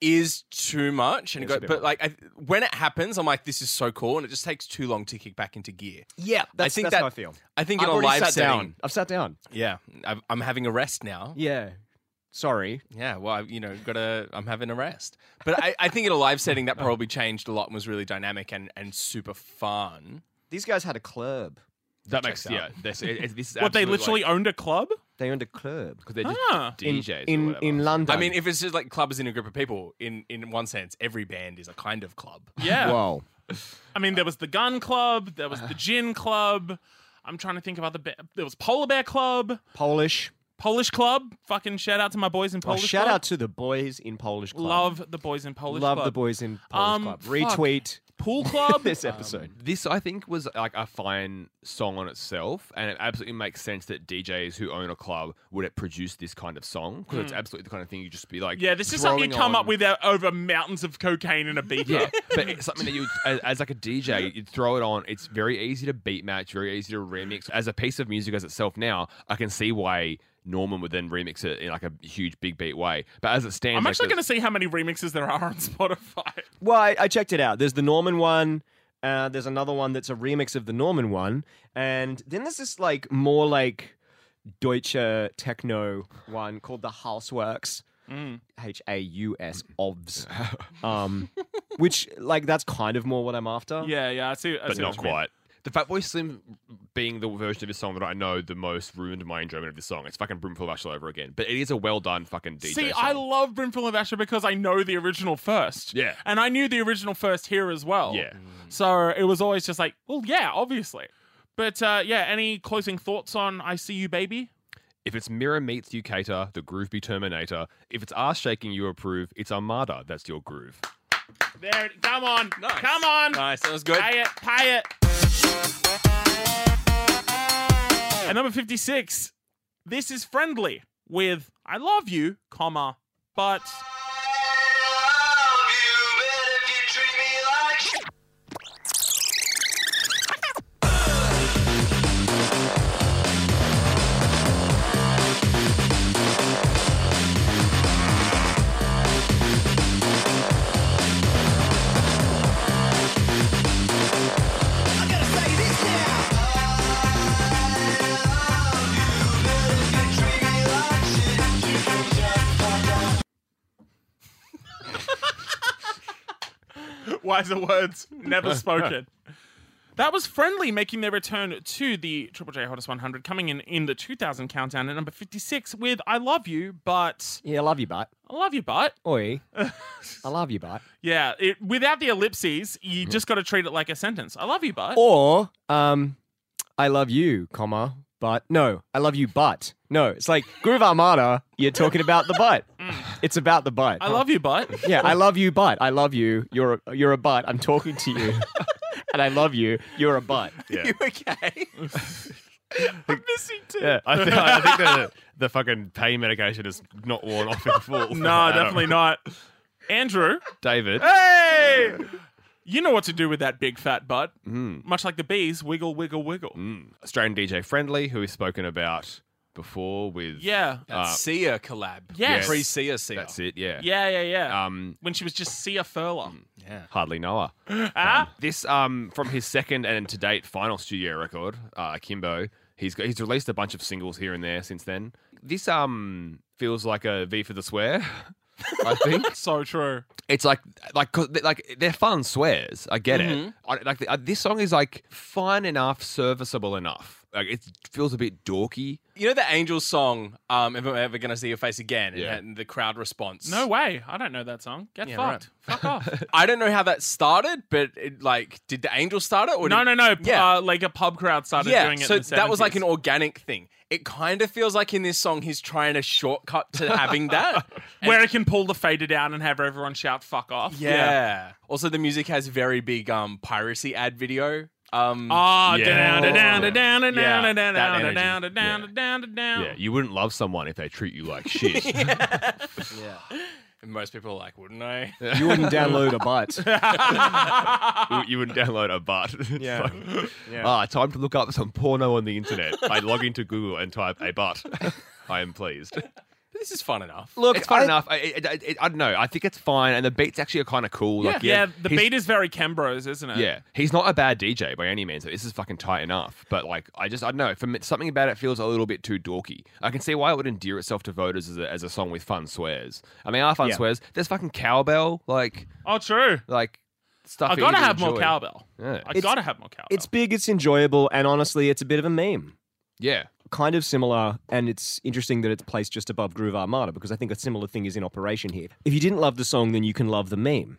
Speaker 2: is too much, and it
Speaker 3: It's a
Speaker 2: go,
Speaker 3: bit
Speaker 2: but
Speaker 3: much.
Speaker 2: like I, when it happens, I'm like, this is so cool, and it just takes too long to kick back into gear.
Speaker 3: Yeah,
Speaker 2: I
Speaker 3: that's,
Speaker 2: think
Speaker 3: that's
Speaker 2: that,
Speaker 3: how I feel.
Speaker 2: I think
Speaker 3: I've
Speaker 2: in a
Speaker 3: already
Speaker 2: live
Speaker 3: sat
Speaker 2: setting,
Speaker 3: down. I've sat down.
Speaker 2: yeah, I've, I'm having a rest now.
Speaker 3: Yeah. Sorry.
Speaker 2: Yeah, well, I, you know, gotta, I'm having a rest. But I, I think in a live setting, that probably changed a lot and was really dynamic and, and super fun.
Speaker 3: These guys had a club.
Speaker 4: That makes
Speaker 2: Checks
Speaker 4: yeah.
Speaker 2: out.
Speaker 4: This, it, it- this is
Speaker 1: *laughs* what they
Speaker 4: absolute,
Speaker 1: literally
Speaker 4: like,
Speaker 1: owned a club?
Speaker 3: They owned a club.
Speaker 4: because they're just
Speaker 1: Ah.
Speaker 3: In-
Speaker 4: DJs or
Speaker 3: in,
Speaker 4: whatever.
Speaker 3: in London.
Speaker 2: I mean, if it's just like clubs in a group of people, in, in one sense, every band is a kind of club. *laughs*
Speaker 1: Yeah.
Speaker 3: Wow.
Speaker 1: I mean, there was the gun club, there was the gin club. I'm trying to think of other. Ba- there was polar bear club,
Speaker 3: Polish.
Speaker 1: Polish club. Fucking shout out to my boys in
Speaker 3: Oh,
Speaker 1: Polish.
Speaker 3: shout
Speaker 1: club.
Speaker 3: out to the boys in Polish Club.
Speaker 1: Love the boys in Polish.
Speaker 3: Love
Speaker 1: club.
Speaker 3: the boys in Polish
Speaker 1: Um,
Speaker 3: Club.
Speaker 1: fuck.
Speaker 3: Retweet Um,
Speaker 1: Pool club.
Speaker 3: this episode.
Speaker 4: This I think was like a fine song on itself, and it absolutely makes sense that DJs who own a club would it produce this kind of song because it's absolutely the kind of thing you just be like,
Speaker 1: Hmm. yeah, this is something you
Speaker 4: throwing
Speaker 1: come
Speaker 4: on-
Speaker 1: up with uh, over mountains of cocaine and a beaker.
Speaker 4: Yeah, but it's something that you, as, as like a DJ, you'd throw it on. It's very easy to beat match, very easy to remix. As a piece of music as itself now, I can see why Norman would then remix it in like a huge big beat way. But as it stands,
Speaker 1: I'm
Speaker 4: like,
Speaker 1: actually
Speaker 4: the-
Speaker 1: going to see how many remixes there are on Spotify.
Speaker 3: Well, I, I checked it out. There's the Norman one. Uh, there's another one that's a remix of the Norman one, and then there's this like more like Deutsche techno one called the Hauswerks,
Speaker 1: Mm.
Speaker 3: H A U S
Speaker 1: *laughs*
Speaker 3: OVS, um, which like that's kind of more what I'm after.
Speaker 1: Yeah, yeah, I see. I
Speaker 4: but
Speaker 1: see
Speaker 4: not
Speaker 1: what you mean.
Speaker 4: quite. The Fatboy Slim being the version of this song that I know the most ruined my enjoyment of this song. It's fucking Broomful of Ash all over again, but it is a well done fucking DJ.
Speaker 1: See,
Speaker 4: song.
Speaker 1: I love Brimful of Asher because I know the original first.
Speaker 4: Yeah.
Speaker 1: And I knew the original first here as well.
Speaker 4: Yeah.
Speaker 1: So it was always just like, well, yeah, obviously. But uh, yeah, any closing thoughts on I See You Baby?
Speaker 4: If it's Mirror meets you, cater the groove be Terminator. If it's ass shaking, you approve. It's Armada. That's your
Speaker 1: *laughs*
Speaker 4: groove.
Speaker 1: There, it- come on.
Speaker 2: Nice.
Speaker 1: Come on.
Speaker 2: Nice, that was good.
Speaker 1: Pay it, pay it. At number 56, this is friendly with I love you, comma, but wiser words *laughs* never spoken. That was friendly making their return to the Triple J Hottest 100, coming in in the 2000 countdown at number 56 with I love you, but
Speaker 3: yeah, I love you, but
Speaker 1: I love you, but *laughs*
Speaker 3: oi, I love you, but
Speaker 1: yeah, it, without the ellipses, you just got to treat it like a sentence. I love you, but
Speaker 3: or um, I love you, comma, but no, I love you, but no. It's like Groove Armada. You're talking about the butt. It's about the butt.
Speaker 1: Mm. I love you, *laughs* but
Speaker 3: Yeah, I love you, but I love you. You're a, you're a butt. I'm talking to you, *laughs* and I love you. You're a butt.
Speaker 4: Yeah.
Speaker 2: You okay?
Speaker 1: Uh, I'm missing too.
Speaker 4: Yeah,
Speaker 3: Uh,
Speaker 4: I, th- I think the, the fucking pain medication is not worn off in
Speaker 1: *laughs*
Speaker 4: full.
Speaker 1: No, definitely not. Ah. Andrew,
Speaker 4: David.
Speaker 1: hey, Mm. you know what to do with that big fat butt. Much like the bees, wiggle, wiggle, wiggle.
Speaker 4: mm, Australian DJ Friendly, who we've spoken about before with.
Speaker 1: Yeah,
Speaker 2: That
Speaker 4: Uh,
Speaker 2: Sia collab.
Speaker 1: Yes.
Speaker 2: Pre Sia Sia.
Speaker 4: That's it, yeah.
Speaker 1: yeah, yeah, yeah.
Speaker 4: Um,
Speaker 1: when she was just Sia Furlong. Ah.
Speaker 2: Yeah.
Speaker 4: hardly know her.
Speaker 1: Mm.
Speaker 4: Um, this um, from his second and to date final studio record, uh, Kimbo. He's got, he's released a bunch of singles here and there since then. This um feels like a V for the swear. *laughs* I think
Speaker 1: So true.
Speaker 4: it's like like 'cause they- like they're fun swears. I get it.
Speaker 1: Mm-hmm.
Speaker 4: I, like uh, this song is like fine enough, serviceable enough. Like it feels a bit dorky.
Speaker 2: You know the Angels song, um, If I'm Ever Gonna See Your Face Again, and-
Speaker 4: Yeah.
Speaker 2: and the crowd response?
Speaker 1: No way. I don't know that song. Get
Speaker 2: Yeah,
Speaker 1: fucked. Fuck
Speaker 2: *laughs*
Speaker 1: off.
Speaker 2: I don't know how that started, but it, like, did the Angels start it? Or
Speaker 1: no,
Speaker 2: did-
Speaker 1: no, no.
Speaker 2: Yeah.
Speaker 1: Uh, like a pub crowd started
Speaker 2: yeah,
Speaker 1: doing it.
Speaker 2: so
Speaker 1: in the
Speaker 2: that was like an
Speaker 1: 70s.
Speaker 2: organic thing. It kind of feels like in this song he's trying to shortcut
Speaker 1: *laughs*
Speaker 2: to having that. And-
Speaker 1: where it can pull the fader down and have everyone shout "fuck off."
Speaker 2: yeah. Also, the music has very big um piracy ad video. Um,
Speaker 1: Ah,
Speaker 4: Yeah.
Speaker 1: down, down, down, down, down,
Speaker 2: Yeah,
Speaker 1: down, down,
Speaker 2: that
Speaker 1: down,
Speaker 2: energy.
Speaker 1: down, down,
Speaker 4: Yeah.
Speaker 1: down, down.
Speaker 4: Yeah, you wouldn't love someone if they treat you
Speaker 1: *laughs*
Speaker 4: like shit.
Speaker 2: and most people are like, wouldn't I?
Speaker 3: You wouldn't download a byte.
Speaker 4: you, you wouldn't download a butt. *laughs*
Speaker 3: Yeah.
Speaker 4: It's like, Ah, time to look up some porno on the internet. I log into Google and type a butt. *laughs* I am pleased.
Speaker 2: this is fun enough.
Speaker 3: Look,
Speaker 4: it's fun
Speaker 3: I-
Speaker 4: enough. I, I, I, I don't know. I think it's fine, and the beats actually are kind of cool. Like,
Speaker 1: Yeah,
Speaker 4: yeah,
Speaker 1: the
Speaker 4: he's-
Speaker 1: beat is very Kembros, isn't it?
Speaker 4: Yeah, Uh, he's not a bad DJ by any means. Like, this is fucking tight enough. But like, I just I don't know. For me, something about it feels a little bit too dorky. I can see why it would endear itself to voters as a, as a song with fun swears. I mean, our fun
Speaker 3: Yeah.
Speaker 4: swears. There's fucking cowbell, like
Speaker 1: Oh, true.
Speaker 4: like stuff.
Speaker 1: I
Speaker 4: that you
Speaker 1: gotta
Speaker 4: would
Speaker 1: have more
Speaker 4: enjoy.
Speaker 1: cowbell.
Speaker 4: Yeah.
Speaker 1: I
Speaker 3: It's-
Speaker 1: gotta have more cowbell.
Speaker 3: *laughs* It's big, it's enjoyable, and honestly, it's a bit of a meme.
Speaker 4: Yeah,
Speaker 3: Kind of similar, and it's interesting that it's placed just above Groove Armada because I think a similar thing is in operation here. If you didn't love the song, then you can love the meme.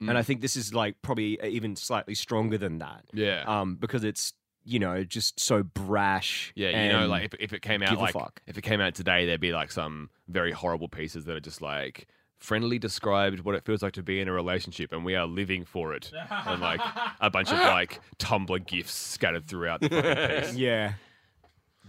Speaker 3: And I think this is like probably even slightly stronger than that.
Speaker 4: yeah.
Speaker 3: um, because it's you know just so brash.
Speaker 4: Yeah, you know,
Speaker 3: and- *laughs*
Speaker 4: like if, if it came out
Speaker 3: give a
Speaker 4: like
Speaker 3: fuck.
Speaker 4: if it came out today, there'd be like some very horrible pieces that are just like friendly described what it feels like to be in a relationship, and we are living for it, and like a bunch
Speaker 3: *laughs*
Speaker 4: of like Tumblr gifs scattered throughout the fucking piece.
Speaker 3: yeah,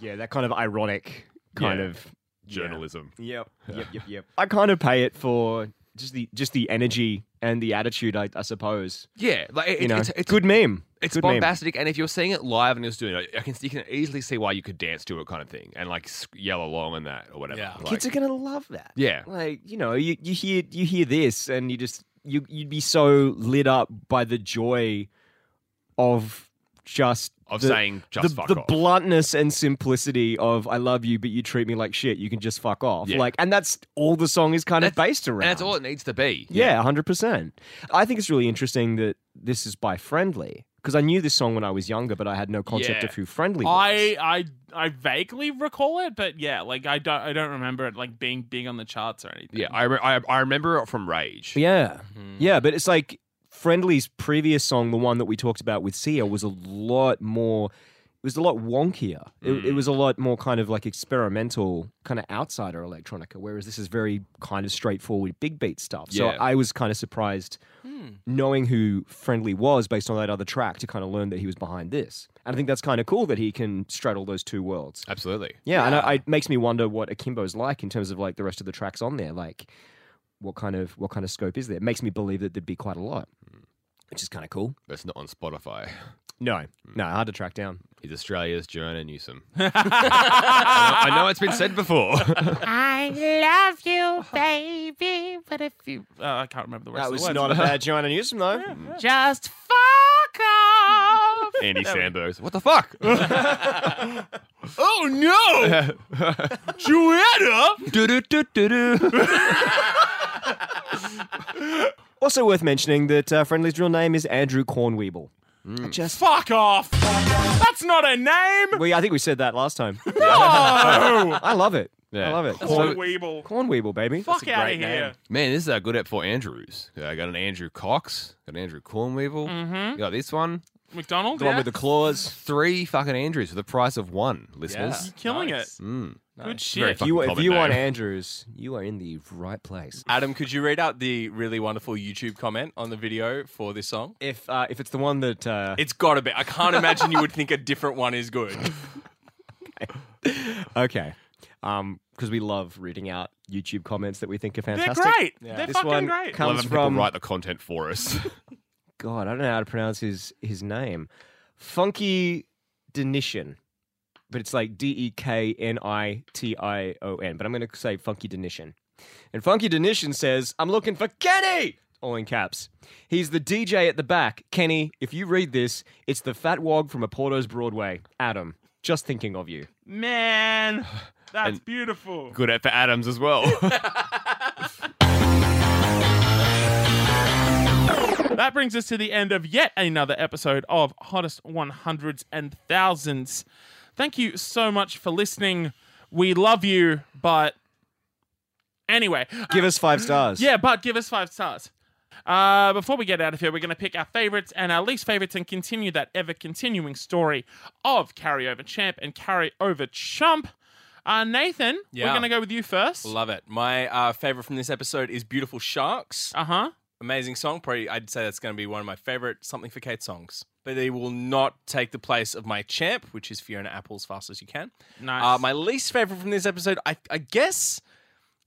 Speaker 3: yeah, that kind of ironic kind
Speaker 4: Yeah.
Speaker 3: of
Speaker 4: journalism. *laughs*
Speaker 3: Yep, yep, yep, yep. I kind of pay it for just the just the energy and the attitude, I, I suppose.
Speaker 4: Yeah, like it,
Speaker 3: You know,
Speaker 4: it's, it's
Speaker 3: good meme.
Speaker 4: It's
Speaker 3: good meme.
Speaker 4: bombastic, and if you're seeing it live and it's doing it, I can you can easily see why you could dance to it, kind of thing, and like s- yell along and that or whatever.
Speaker 2: Yeah.
Speaker 4: Like-
Speaker 3: Kids are gonna love that.
Speaker 4: Yeah.
Speaker 3: like you know, you you hear you hear this, and you just you you'd be so lit up by the joy of just
Speaker 4: Of
Speaker 3: the-
Speaker 4: saying just
Speaker 3: the,
Speaker 4: fuck
Speaker 3: the
Speaker 4: off.
Speaker 3: bluntness and simplicity of I love you, but you treat me like shit. You can just fuck off.
Speaker 4: Yeah.
Speaker 3: Like, and that's all the song is kind
Speaker 4: that's,
Speaker 3: of based around.
Speaker 4: and that's all it needs to be.
Speaker 3: Yeah, hundred percent. I think it's really interesting that this is by Friendly because I knew this song when I was younger, but I had no concept
Speaker 4: Yeah.
Speaker 3: of who Friendly was.
Speaker 1: I I I vaguely recall it, but yeah, like I don't I don't remember it like being big on the charts or anything.
Speaker 4: yeah. I, re- I I remember it from Rage.
Speaker 3: yeah, yeah, but it's like Friendly's previous song, the one that we talked about with Sia, was a lot more. It was a lot wonkier. It, it was a lot more kind of like experimental, kind of outsider electronica, whereas this is very kind of straightforward big beat stuff. So
Speaker 4: Yeah.
Speaker 3: I was kind of surprised knowing who Friendly was based on that other track to kind of learn that he was behind this. And I think that's kind of cool that he can straddle those two worlds.
Speaker 4: Absolutely.
Speaker 3: Yeah, and I, it makes me wonder what Akimbo's like in terms of like the rest of the tracks on there. Like, what kind of what kind of scope is there? It makes me believe that there'd be quite a lot, Hmm. which is kind of cool. Hmm.
Speaker 4: That's not on Spotify.
Speaker 3: No, no, hard to track down.
Speaker 4: He's Australia's Joanna Newsom. I, know, I know it's been said before.
Speaker 1: Uh, I can't remember the rest
Speaker 3: That
Speaker 1: of
Speaker 3: was
Speaker 1: the words.
Speaker 3: not a *laughs* bad Joanna Newsom though.
Speaker 1: Just fuck off.
Speaker 4: Andy Samberg. What the fuck? *laughs*
Speaker 1: oh no, Joanna.
Speaker 4: Do-do-do-do-do.
Speaker 3: Also worth mentioning that uh, Friendly's real name is Andrew Cornweeble. Hmm. Just
Speaker 1: Fuck off. That's not a name.
Speaker 3: we, I think we said that last time.
Speaker 1: No.
Speaker 3: I love it.
Speaker 4: Yeah.
Speaker 3: I love it.
Speaker 1: That's a
Speaker 3: Corn,
Speaker 1: Weeble.
Speaker 3: Cornweeble, baby.
Speaker 1: Fuck out of
Speaker 3: great
Speaker 1: here.
Speaker 3: name.
Speaker 4: Man, this is a good app for Andrews. Yeah, I got an Andrew Cox, got an Andrew Cornweevil, mm-hmm. got this one.
Speaker 1: McDonald.
Speaker 3: The one
Speaker 1: yeah?
Speaker 3: with the claws.
Speaker 4: Three fucking Andrews for the price of one, listeners.
Speaker 1: killing
Speaker 2: Nice.
Speaker 1: it.
Speaker 4: Mm.
Speaker 1: Good
Speaker 4: Very
Speaker 1: shit.
Speaker 4: fucking
Speaker 3: You, if
Speaker 4: common
Speaker 3: you want
Speaker 4: name.
Speaker 3: Andrews, you are in the right place.
Speaker 2: Adam, could you read out the really wonderful YouTube comment on the video for this song?
Speaker 3: If uh, if it's the one that uh,
Speaker 2: It's got to be. I can't imagine you would think a different one is good.
Speaker 1: *laughs*
Speaker 3: Okay. Um, because we love reading out YouTube comments that we think are
Speaker 1: They're
Speaker 3: fantastic.
Speaker 1: great. They're
Speaker 3: This
Speaker 1: fucking
Speaker 3: one
Speaker 1: great.
Speaker 4: Love
Speaker 3: comes
Speaker 4: when people
Speaker 3: from
Speaker 4: write the content for *laughs* us.
Speaker 3: God. I don't know how to pronounce his his name, Funky Denition, but it's like D E K N I T I O N. But I'm gonna say Funky Denition. And Funky Denition says, "I'm looking for Kenny." All in caps. He's the DJ at the back. Kenny, if you read this, it's the fat wog from Porto's Broadway. Adam, just thinking of you.
Speaker 1: Man, that's beautiful.
Speaker 4: good app for Adams as well.
Speaker 1: That brings us to the end of yet another episode of Hottest 100s and Thousands. Thank you so much for listening. we love you, but anyway,
Speaker 3: Give us five stars.
Speaker 1: yeah, but give us five stars. Uh, before we get out of here, we're going to pick our favorites and our least favorites and continue that ever continuing story of carryover champ and carryover chump. Uh, Nathan, we're
Speaker 2: Yeah.
Speaker 1: going to go with you first.
Speaker 2: Love it. My uh, favorite from this episode is Beautiful Sharks.
Speaker 1: Uh huh.
Speaker 2: Amazing song. Probably, I'd say that's going to be one of my favorite Something for Kate songs. But they will not take the place of my champ, which is Fiona Apple's Fast As You Can.
Speaker 1: Nice.
Speaker 2: Uh, my least favorite from this episode, I, I guess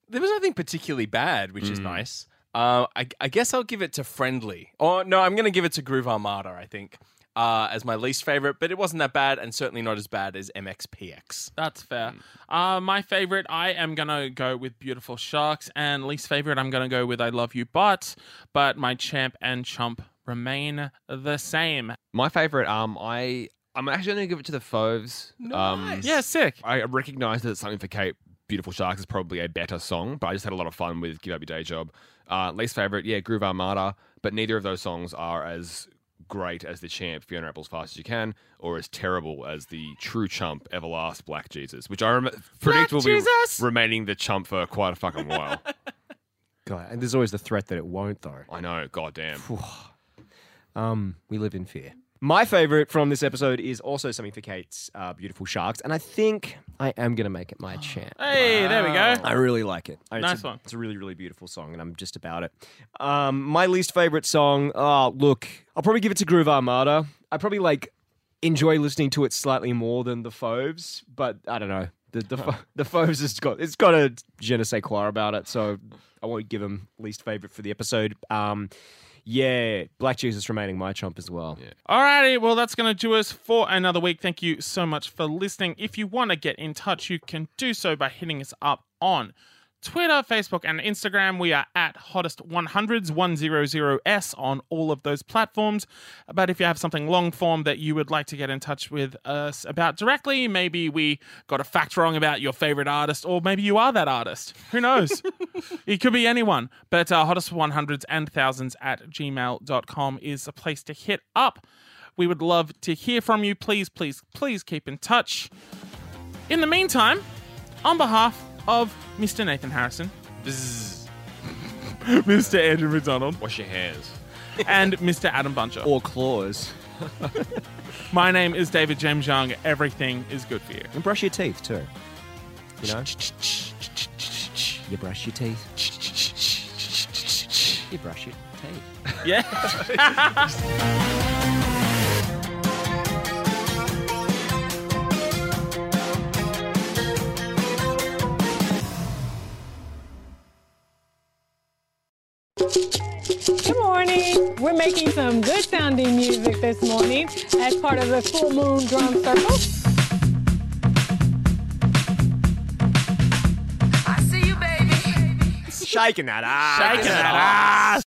Speaker 2: there was nothing particularly bad, which is nice. Uh, I, I guess I'll give it to Friendly. Or no, I'm going to give it to Groove Armada, I think, uh, as my least favorite. But it wasn't that bad, and certainly not as bad as MXPX.
Speaker 1: That's fair.
Speaker 2: Mm.
Speaker 1: Uh, my favorite, I am gonna go with Beautiful Sharks, and least favorite, I'm gonna go with I Love You, but but my champ and chump remain the same.
Speaker 4: *laughs* My favorite. Um, I I'm actually going to give it to the Foves. Um,
Speaker 2: Nice.
Speaker 1: Yeah, sick.
Speaker 4: I recognize that something for Kate, Beautiful Sharks is probably a better song, but I just had a lot of fun with Give Up Your Day Job. Uh, least favorite, yeah, Groove Armada, but neither of those songs are as great as the champ Fiona Apple's Fast as You Can, or as terrible as the true chump Everlast Black Jesus, which I rem- predict will be
Speaker 1: Jesus!
Speaker 4: remaining the chump for quite a fucking while.
Speaker 3: God, and there's always the threat that it won't, though.
Speaker 4: I know, goddamn.
Speaker 3: Um, we live in fear. My favorite from this episode is also something for Kate's uh, beautiful sharks, and I think I am gonna make it my champ.
Speaker 1: Hey, there we go.
Speaker 3: I really like it. It's
Speaker 1: Nice
Speaker 3: a,
Speaker 1: one.
Speaker 3: It's a really, really beautiful song, and I'm just about it. Um, my least favorite song. Oh, look, I'll probably give it to Groove Armada. I probably like enjoy listening to it slightly more than the Foves, but I don't know. The the, Fo- the Foves has got it's got a je ne sais quoi about it, so I won't give him least favorite for the episode. Um, yeah, Black Jesus remaining my chump as well.
Speaker 1: Alrighty, well, that's going to do us for another week. Thank you so much for listening. If you want to get in touch, you can do so by hitting us up on Twitter, Facebook, and Instagram. We are at hottest100s, 100s on all of those platforms. But if you have something long form that you would like to get in touch with us about directly, maybe we got a fact wrong about your favorite artist, or maybe you are that artist. Who *laughs* knows? It could be anyone, but uh, hottest 100s and thousands at gmail.com is a place to hit up. We would love to hear from you. Please, please, please keep in touch. In the meantime, on behalf of Mr. Nathan *laughs* Harrison, Mr. Andrew McDonald,
Speaker 4: Wash your hands.
Speaker 1: and Mr. Adam Buncher,
Speaker 3: Or claws.
Speaker 1: my name is David James Young. Everything is good for you.
Speaker 3: And brush your teeth too. You know? You brush your teeth. You brush your teeth.
Speaker 1: Yeah.
Speaker 9: Good morning. We're making some good sounding music this morning as part of the full moon drum circle.
Speaker 8: I see you, baby.
Speaker 3: Shaking that ass.
Speaker 1: Shaking that ass.